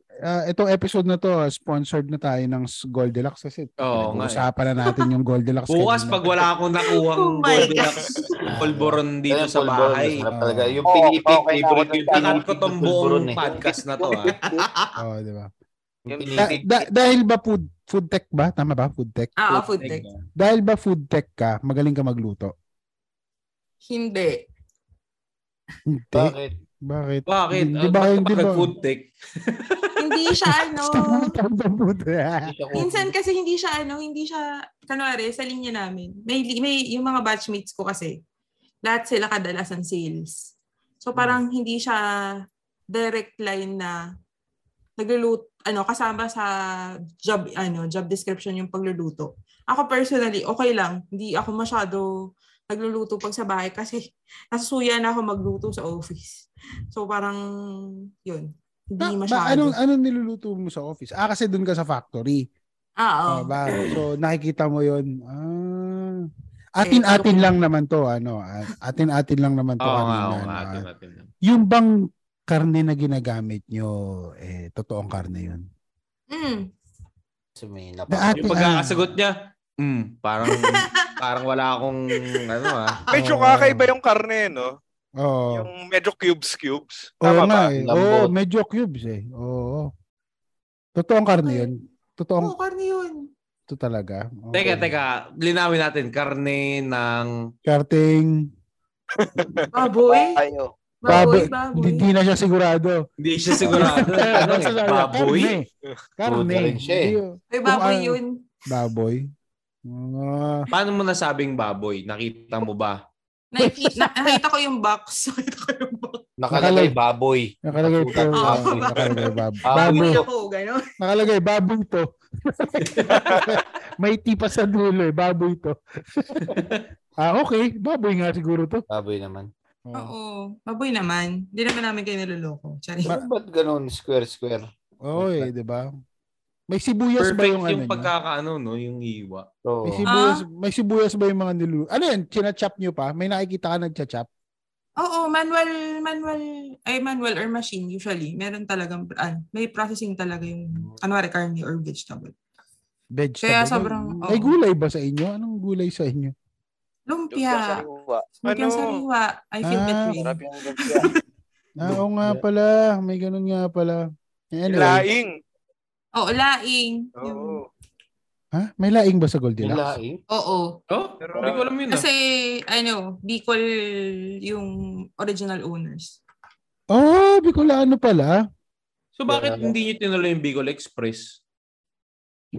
S1: itong episode na to ah, sponsored na tayo ng S- Goldilocks kasi
S2: Oo, eh.
S1: usapan na natin yung Goldilocks.
S2: Bukas
S1: kanina.
S2: pag wala akong nakuhang
S9: Oh my
S2: Goldilocks polboron dito
S8: Ganun,
S2: sa
S8: pulburon,
S2: bahay.
S8: masarap talaga. Yung
S7: Oo,
S8: pinipig,
S7: okay,
S8: favorite
S7: ako
S8: yung
S7: nagtanong.
S2: Tagal ko tong buong
S8: pulburon eh.
S2: podcast na to ah.
S1: Oo, 'di ba?
S8: Yung
S7: Yung-
S1: Da-
S8: pinipig.
S1: da- dahil ba food food tech ba? Tama ba food tech?
S9: Ah, ah, food tech.
S1: Dahil ba food tech ka, magaling ka magluto?
S9: Hindi.
S1: Hindi.
S8: Bakit?
S1: Bakit?
S2: Bakit?
S1: Di ba-
S2: Ba't ka
S1: di ba-
S2: nag-food tech?
S9: Hindi siya ano.
S8: Hindi siya kung-
S9: Minsan kasi hindi siya ano, hindi siya, kanwari, sa linya namin. May, may, yung mga batchmates ko kasi, lahat sila kadalasan sales. So
S1: Mm.
S9: parang hindi siya direct line na nagluluto, ano, kasama sa job, ano, job description yung pagluluto. Ako personally, okay lang. Hindi ako masyado nagluluto pag sa bahay kasi nasusuya na ako magluto sa office. So parang, yun. Hindi
S1: Ba- ba-
S9: masyado.
S1: anong, anong niluluto mo sa office? Ah, kasi doon ka sa factory.
S9: ah, oo.
S1: Oh. ba? So, nakikita mo yun. Ah.
S9: Eh,
S1: Atin-atin
S9: so-
S1: lang naman to, ano? a- Atin-atin lang naman to.
S2: Oo nga,
S1: kanina,
S2: oo nga. diba?
S1: ano,
S2: atin
S1: ah.
S2: natin yan.
S1: Yung bang karne na ginagamit nyo, eh, totoong karne yun.
S9: Mm.
S8: Sumina
S1: Da-
S8: pa.
S2: Yung pagkakasagot niya, mm, parang parang wala akong ano ah.
S4: Medyo
S1: Oo.
S4: kakaiba yung karne, no?
S1: ah, Oo.
S4: Yung medyo cubes-cubes.
S1: Oo
S4: Tama
S1: nga
S4: ba?
S1: eh.
S8: Lambot.
S1: Oo, medyo cubes eh. Oo. Totoong karne
S9: Ay.
S1: yun. Totoong
S9: Oo, karne yun.
S1: to talaga. Okay.
S2: Teka, teka. Linawin natin. Karne ng...
S1: Karting.
S9: Baboy.
S7: Ayo.
S1: Hindi,
S9: Baboy, baboy.
S1: hindi na siya sigurado.
S2: Hindi siya sigurado. ano, eh, baboy.
S1: Karne.
S8: Puta rin siya eh.
S1: Hindi yun.
S9: Ay, baboy
S1: Kung ano-
S9: yun.
S1: Baboy. Ah,
S2: Paano mo nasabing baboy? Nakita mo ba?
S9: Nakiki- na- Nakita ko yung box. Nakita ko yung box.
S8: Nakalagay baboy.
S1: nakalagay po.
S8: Nakasulat.
S1: ah,
S9: Oo.
S1: nakalagay baboy.
S8: Baboy.
S1: baboy.
S9: Hindi ako, gano'n.
S1: Nakalagay baboy to. May tipa sa dulo eh. Baboy to. ah, okay. Baboy nga siguro to.
S8: Baboy naman.
S1: Oo.
S9: Oo. Baboy naman. Hindi naman namin kayo niloloko. Sorry.
S8: Ba- ba't ganun square-square?
S1: Oo eh, di ba? May sibuyas ba
S2: Perfect
S1: yung,
S2: yung,
S1: ano? niya?
S2: pagkakaano, no? Yung iwa.
S8: So,
S9: Ah.
S1: May sibuyas, may sibuyas ba yung mga nilu? Ano yan? Chinachap nyo pa? May nakikita ka nagchachap?
S9: Oo, manual, manual, ay manual or machine usually. Meron talagang, ano, may processing talaga yung, ano, karne or vegetable.
S1: Vegetable.
S9: Kaya sobrang-
S1: Ay,
S9: oo.
S1: gulay ba sa inyo? Anong gulay sa inyo?
S9: Lumpia.
S7: Sariwa.
S9: Lumpia
S4: Ano?
S9: sariwa. I feel
S1: Ah,
S9: that way.
S7: Sarap yung lumpia.
S1: Ah, oo nga pala. May ganun nga pala. Eh, Anyway.
S4: Laing.
S9: Oo, laing. Yung-
S4: Oo.
S1: Ha? May laing ba sa
S6: Yung
S1: Goldilocks?
S6: laing.
S9: Oo.
S2: Oh,
S4: Pero-
S2: hindi ko alam yun. ah.
S9: Kasi, ano, Bicol yung original owners.
S1: Oh, Bicolano pala.
S2: So bakit hindi niyo tinuloy yung Bicol Express?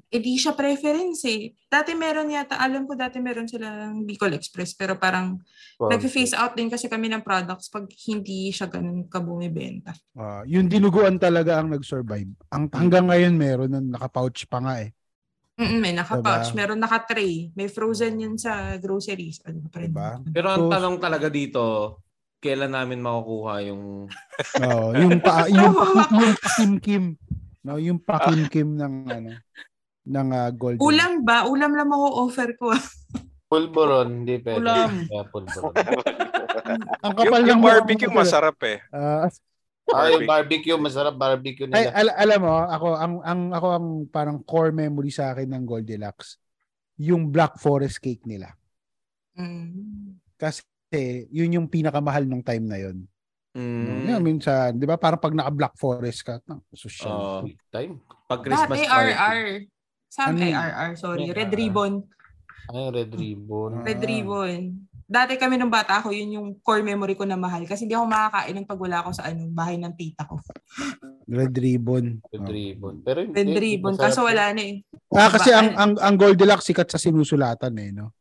S9: Eh di siya preference eh. Dati meron yata, alam ko dati meron silang Bicol Express pero parang nag-face out din kasi kami ng products pag hindi siya ganun kabumibenta.
S1: Ah, yung dinuguan talaga ang nag-survive. Ang hanggang ngayon meron ng nakapouch pa nga eh.
S9: Mm may naka-pouch,
S1: Diba?
S9: meron naka-tray, may frozen yun sa groceries. Ano pa rin.
S1: Diba?
S2: Pero ang
S1: So-
S2: tanong talaga dito, kailan namin makukuha yung...
S1: Oo, yung pa yung yung pakimkim. No, yung pakimkim ng ano ng ah, Goldilocks.
S9: Ulam ba? Ulam lang ako offer ko. ah.
S6: Pulboron, hindi pwede.
S2: Ulam.
S6: Yeah, pulboron.
S1: Ang
S4: Yung,
S1: kapal ng
S4: yung
S1: mukha
S4: barbecue
S1: mo talaga.
S4: masarap eh.
S1: Ah,
S6: Ay, barbecue, masarap barbecue nila.
S1: ay, al- alam mo, ako ang ang ako ang parang core memory sa akin ng Goldilocks, yung Black Forest cake nila.
S9: Mm.
S1: Kasi yun yung pinakamahal nung time na yun.
S2: Mm,
S1: Yun, minsan, di ba? Parang pag naka-Black Forest ka, na,
S2: Oo.
S1: social.
S6: Time.
S2: Oh, pag
S9: Dati
S2: Christmas party.
S9: RR. Sam,
S1: Ano
S9: ay
S1: yun?
S9: RR, sorry.
S1: May
S9: Red
S1: RR.
S9: Ribbon.
S6: Ay, red ribbon.
S9: Red
S1: Ah.
S9: Ribbon. Dati kami nung bata ako, yun yung core memory ko na mahal. Kasi hindi ako makakain ng pag wala ako sa ano, bahay ng tita ko.
S1: Red Ribbon.
S6: Red
S1: Oo.
S6: ribbon. Pero hindi.
S9: Red Ribbon.
S6: masarap
S9: Kaso
S6: yun.
S9: wala na eh.
S1: Ah, kasi ang,
S9: Ba-
S1: ang, ang Goldilocks sikat sa sinusulatan eh, no?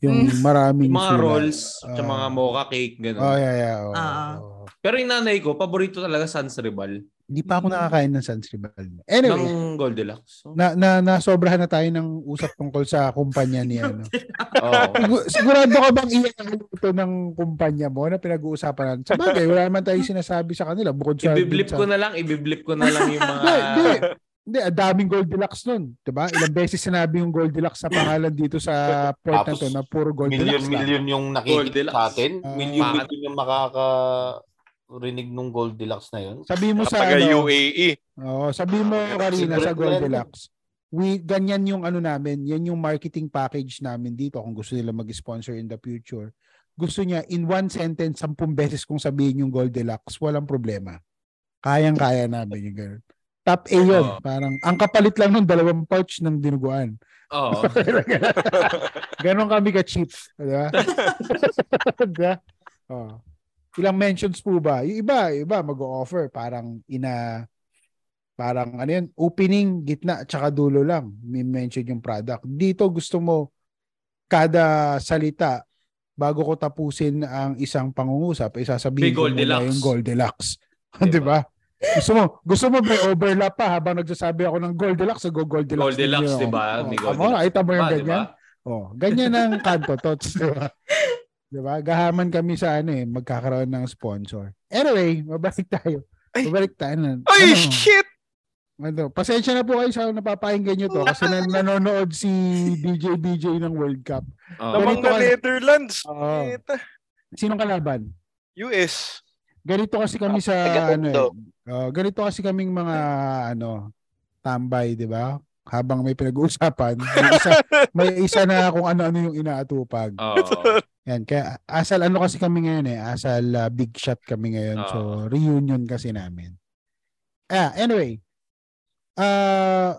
S1: Yung
S9: Mm.
S1: maraming
S2: Yung mga
S1: sulat.
S2: rolls, at yung
S1: Ah.
S2: mga mocha cake, gano'n.
S1: Oh, yeah, yeah. Oh,
S9: Ah.
S1: oh.
S2: Pero yung nanay ko, paborito talaga Sans Rebal.
S1: Hindi pa ako nakakain ng sanskribal. Anyway,
S2: Ng Goldilocks. So,
S1: na, na, nasobrahan na tayo ng usap tungkol sa kumpanya ni ano.
S2: Oo.
S1: Sigu- sigurado ka bang iyan ito ng kumpanya mo na pinag-uusapan natin? Sa bagay, wala naman tayo sinasabi sa kanila bukod sa...
S2: Ibiblip
S1: sa-
S2: ko na lang, ibiblip ko na lang yung mga...
S1: Hindi, hindi. Hindi, ang daming Goldilocks nun. Diba? Ilang beses sinabi yung Goldilocks sa pangalan dito sa port na
S6: Tapos,
S1: to na puro Goldilocks lang.
S6: Million-million yung nakikita
S2: Goldilocks.
S6: sa atin.
S1: Ah.
S6: Million-million yung makakarinig nung Goldilocks na yun.
S1: Sabi mo sa
S4: Taga E.
S1: ano,
S4: UAE.
S1: oh, sabi mo Karina sa
S6: Secret
S1: Goldilocks. We, ganyan yung ano namin, yan yung marketing package namin dito kung gusto nila mag-sponsor in the future. Gusto niya in one sentence, sampung beses kung sabihin yung Goldilocks, walang problema. Kayang-kaya namin yung ganun. Top A yun.
S2: Oo.
S1: Parang, ang kapalit lang nun, dalawang pouch ng dinuguan.
S2: Oo.
S1: Ganon kami ka-cheap. Di ba? Di ba? Oh. Ilang mentions po ba? Yung iba, yung iba mag-o-offer parang ina parang ano yun, opening, gitna, tsaka dulo lang. May mention yung product. Dito gusto mo kada salita bago ko tapusin ang isang pangungusap, isasabihin
S2: May
S1: ko muna
S2: Goldilocks.
S1: yung Goldilocks.
S2: Diba?
S1: 'Di ba? Gusto mo, gusto mo may overlap pa habang nagsasabi ako ng Goldilocks, go Goldilocks.
S2: Goldilocks,
S1: ninyo.
S2: di ba?
S1: Oh,
S2: May
S1: come on,
S2: Goldilocks. Diba,
S1: nakita mo yung
S2: Ba, di
S1: ganyan?
S2: ba?
S1: Oh, ganyan ang kanto tots, 'di ba? 'Di ba? Gahaman kami sa ano eh, magkakaroon ng sponsor. Anyway, mabalik tayo.
S4: Ay.
S1: Mabalik tayo na.
S4: Ay,
S1: Ano?
S4: shit!
S1: Ano, pasensya na po kayo sa napapakinggan nyo to kasi nan- nanonood si DJ BJ ng World Cup.
S2: Oo.
S1: Ganito
S4: Namang na
S1: ka-
S4: Netherlands.
S1: Oo.
S4: Punyeta.
S1: Sinong kalaban?
S4: US.
S1: Ganito kasi kami sa
S4: Ah,
S7: Taga-Tondo.
S1: ano, eh, oh, ganito kasi kaming mga ano, tambay, 'di ba? Habang may pinag-uusapan, may isa, may isa na kung ano-ano yung inaatupag.
S2: Oo.
S1: Yan, kaya asal ano kasi kami ngayon eh, asal ah, big shot kami ngayon.
S2: Oo.
S1: So reunion kasi namin. Ah, anyway. Ah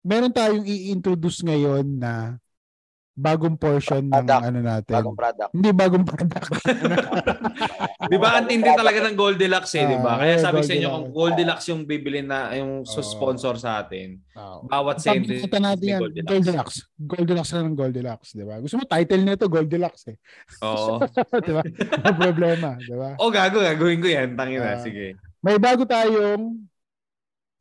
S1: meron tayong i-introduce ngayon na bagong portion ng
S7: Product.
S1: ano natin.
S7: Bagong product.
S1: Hindi bagong product.
S2: Di ba Diba, ang tindi talaga ng Goldilocks eh, di ba?
S1: Ah,
S2: Kaya
S1: eh,
S2: sabi sa inyo, kung
S1: Goldilocks. Ah.
S2: Goldilocks yung bibili na, yung
S1: Oo.
S2: sponsor sa atin,
S1: Oo.
S2: bawat sentence
S1: Pagkita natin
S2: may
S1: yan, Goldilocks. Goldilocks na ng Goldilocks, di ba? Gusto mo title nito Goldilocks eh.
S2: Oo.
S1: di ba? Ang problema, di ba?
S2: O gago, gagawin ko yan. Tangin
S1: Ah.
S2: na, sige.
S1: May bago tayong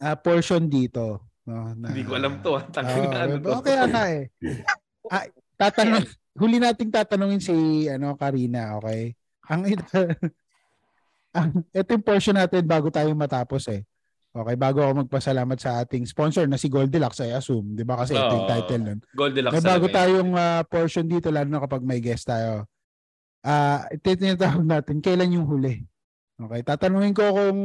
S1: ah, portion dito. No, na,
S2: Hindi ko alam to. ah. Tangin na,
S1: Oo,
S2: ano to.
S1: Okay, okay. eh. Ah, tatanong, huli nating tatanungin si ano Karina, okay? Ang ito, ang ito yung portion natin bago tayo matapos eh. Okay, bago ako magpasalamat sa ating sponsor na si Goldilocks, I assume, 'di ba? Kasi ito yung
S2: Oo.
S1: title nun.
S2: Goldilocks
S1: May bago
S2: talaga yun.
S1: tayong ah, portion dito lalo na kapag may guest tayo. ah ito yung tinatawag natin, kailan yung huli? Okay, tatanungin ko kung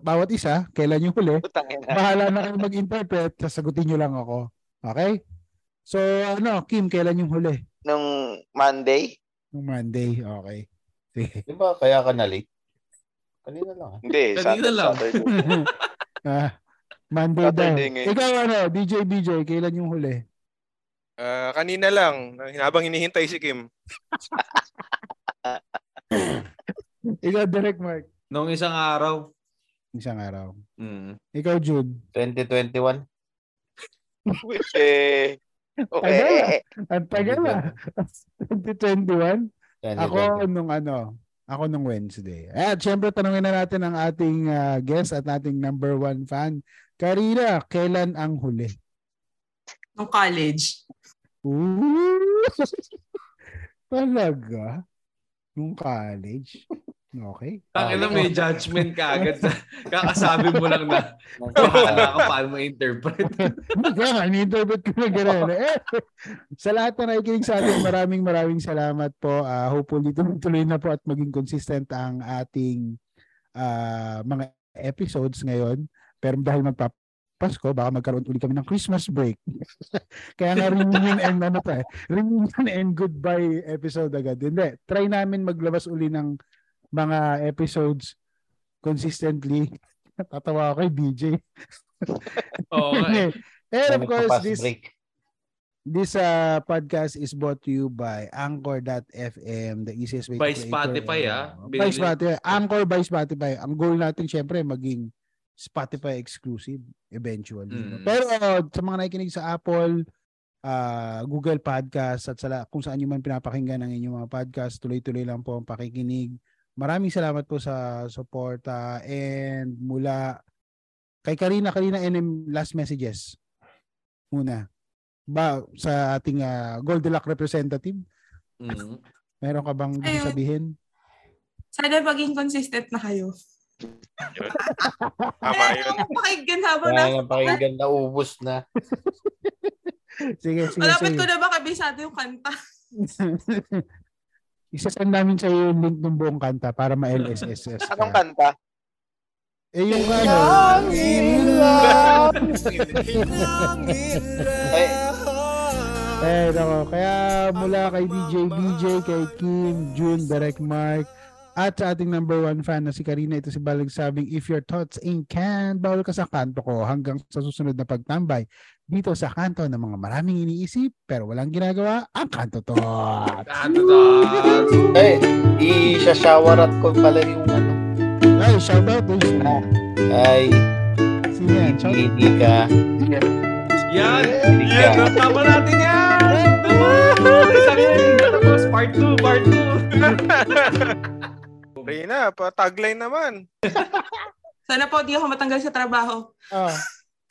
S1: bawat isa, kailan yung huli.
S4: Putangin na.
S1: Bahala na kayo mag-interpret, sasagutin nyo lang ako. Okay? So, ano, Kim, kailan yung huli?
S7: Nung Monday?
S1: Nung Monday, okay. Sige.
S8: Di ba Diba? kaya ka na late? Kanina lang. ah.
S7: Hindi,
S2: Kanina
S7: Saturday.
S2: lang.
S7: Saturday.
S1: ah, Monday daw.
S7: Saturday ngayon.
S1: Ikaw ano, DJ BJ, kailan yung huli?
S4: Ah, kanina lang, habang hinihintay si Kim.
S1: Ikaw, direct Mark.
S2: Noong isang araw.
S1: Isang araw.
S2: Mm.
S1: Ikaw, Jude.
S8: 2021?
S7: Eh, okay.
S1: Tagal
S7: eh, eh,
S1: Ang tagal ah. 2021.
S8: 2021.
S1: Ako nung ano, ako nung Wednesday. At syempre tanungin na natin ang ating ah, guest at ating number one fan. Karina, kailan ang huli?
S9: Nung college.
S1: Ooh! Talaga? Nung college? Ah, Okay.
S2: Ang ina may judgment ka agad. Kakasabi mo lang na bahala ka paano ma-interpret.
S1: Kaya nga, ini-interpret ko na gano'n. Eh, sa lahat na nakikinig sa atin, maraming maraming salamat po. Ah, hopefully, tuloy na po at maging consistent ang ating ah, mga episodes ngayon. Pero dahil magpapasko, baka magkaroon uli kami ng Christmas break. Kaya nga reunion and ano pa eh. Reunion and goodbye episode agad. Hindi, try namin maglabas uli ng mga episodes consistently. Tatawa ako kay DJ.
S2: Oo. nga eh.
S1: and of
S8: May
S1: course,
S8: nagpa-fast
S1: this
S8: break.
S1: This uh, podcast is brought to you by Anchor.fm, the easiest way to
S2: By
S1: create your-
S2: Spotify, ah.
S1: By
S2: Binili-
S1: Spotify. Anchor by Spotify. Ang goal natin syempre maging Spotify exclusive eventually. no?
S2: Mm.
S1: Pero uh, sa mga nakikinig sa Apple, uh, Google Podcast at sa la- kung saan nyo man pinapakinggan ang inyong mga podcast, tuloy-tuloy lang po ang pakikinig. Maraming salamat po sa suporta and mula kay Karina, Karina NM last messages. Muna. Ba sa ating uh, Goldilocks representative, Hmm.
S2: Mm.
S1: meron ka bang gusto
S9: Ayun.
S1: sabihin?
S9: Sana maging consistent na kayo.
S4: Tama yun.
S9: Pakinggan
S1: Ano
S9: habang
S8: Wala
S9: nasa...
S8: nang pakinggan, naubos na.
S1: Sige, sige.
S9: Malapit
S1: sige.
S9: ko na ba kabisado yung kanta?
S1: Isasend namin sa iyo yung link ng buong kanta para ma-LSSS. ka.
S7: anong kanta?
S1: Eh, yung ano.
S8: Ay,
S1: Eh, nako. Kaya mula kay DJ BJ, kay Kim, June, Direct Mark, at sa ating number one fan na si Karina, ito si Balag sabing, if your thoughts ain't canned, bawal ka sa kanto ko hanggang sa susunod na pagtambay dito sa kanto ng mga maraming iniisip pero walang ginagawa, ang kanto to.
S2: Ah, Tatatat.
S8: ay, i-shower at ko pala yung ano.
S1: Ay, shout out. Ay,
S8: Ay,
S1: sino yan? Shout
S8: hindi ka.
S2: Yan!
S8: Hindi
S2: Yan!
S8: ka.
S2: Tama natin yan! Tama! Isang yan! Tapos part 2, part 2!
S4: Rina, pa tagline naman.
S9: Sana po di ako matanggal sa trabaho.
S1: Ah.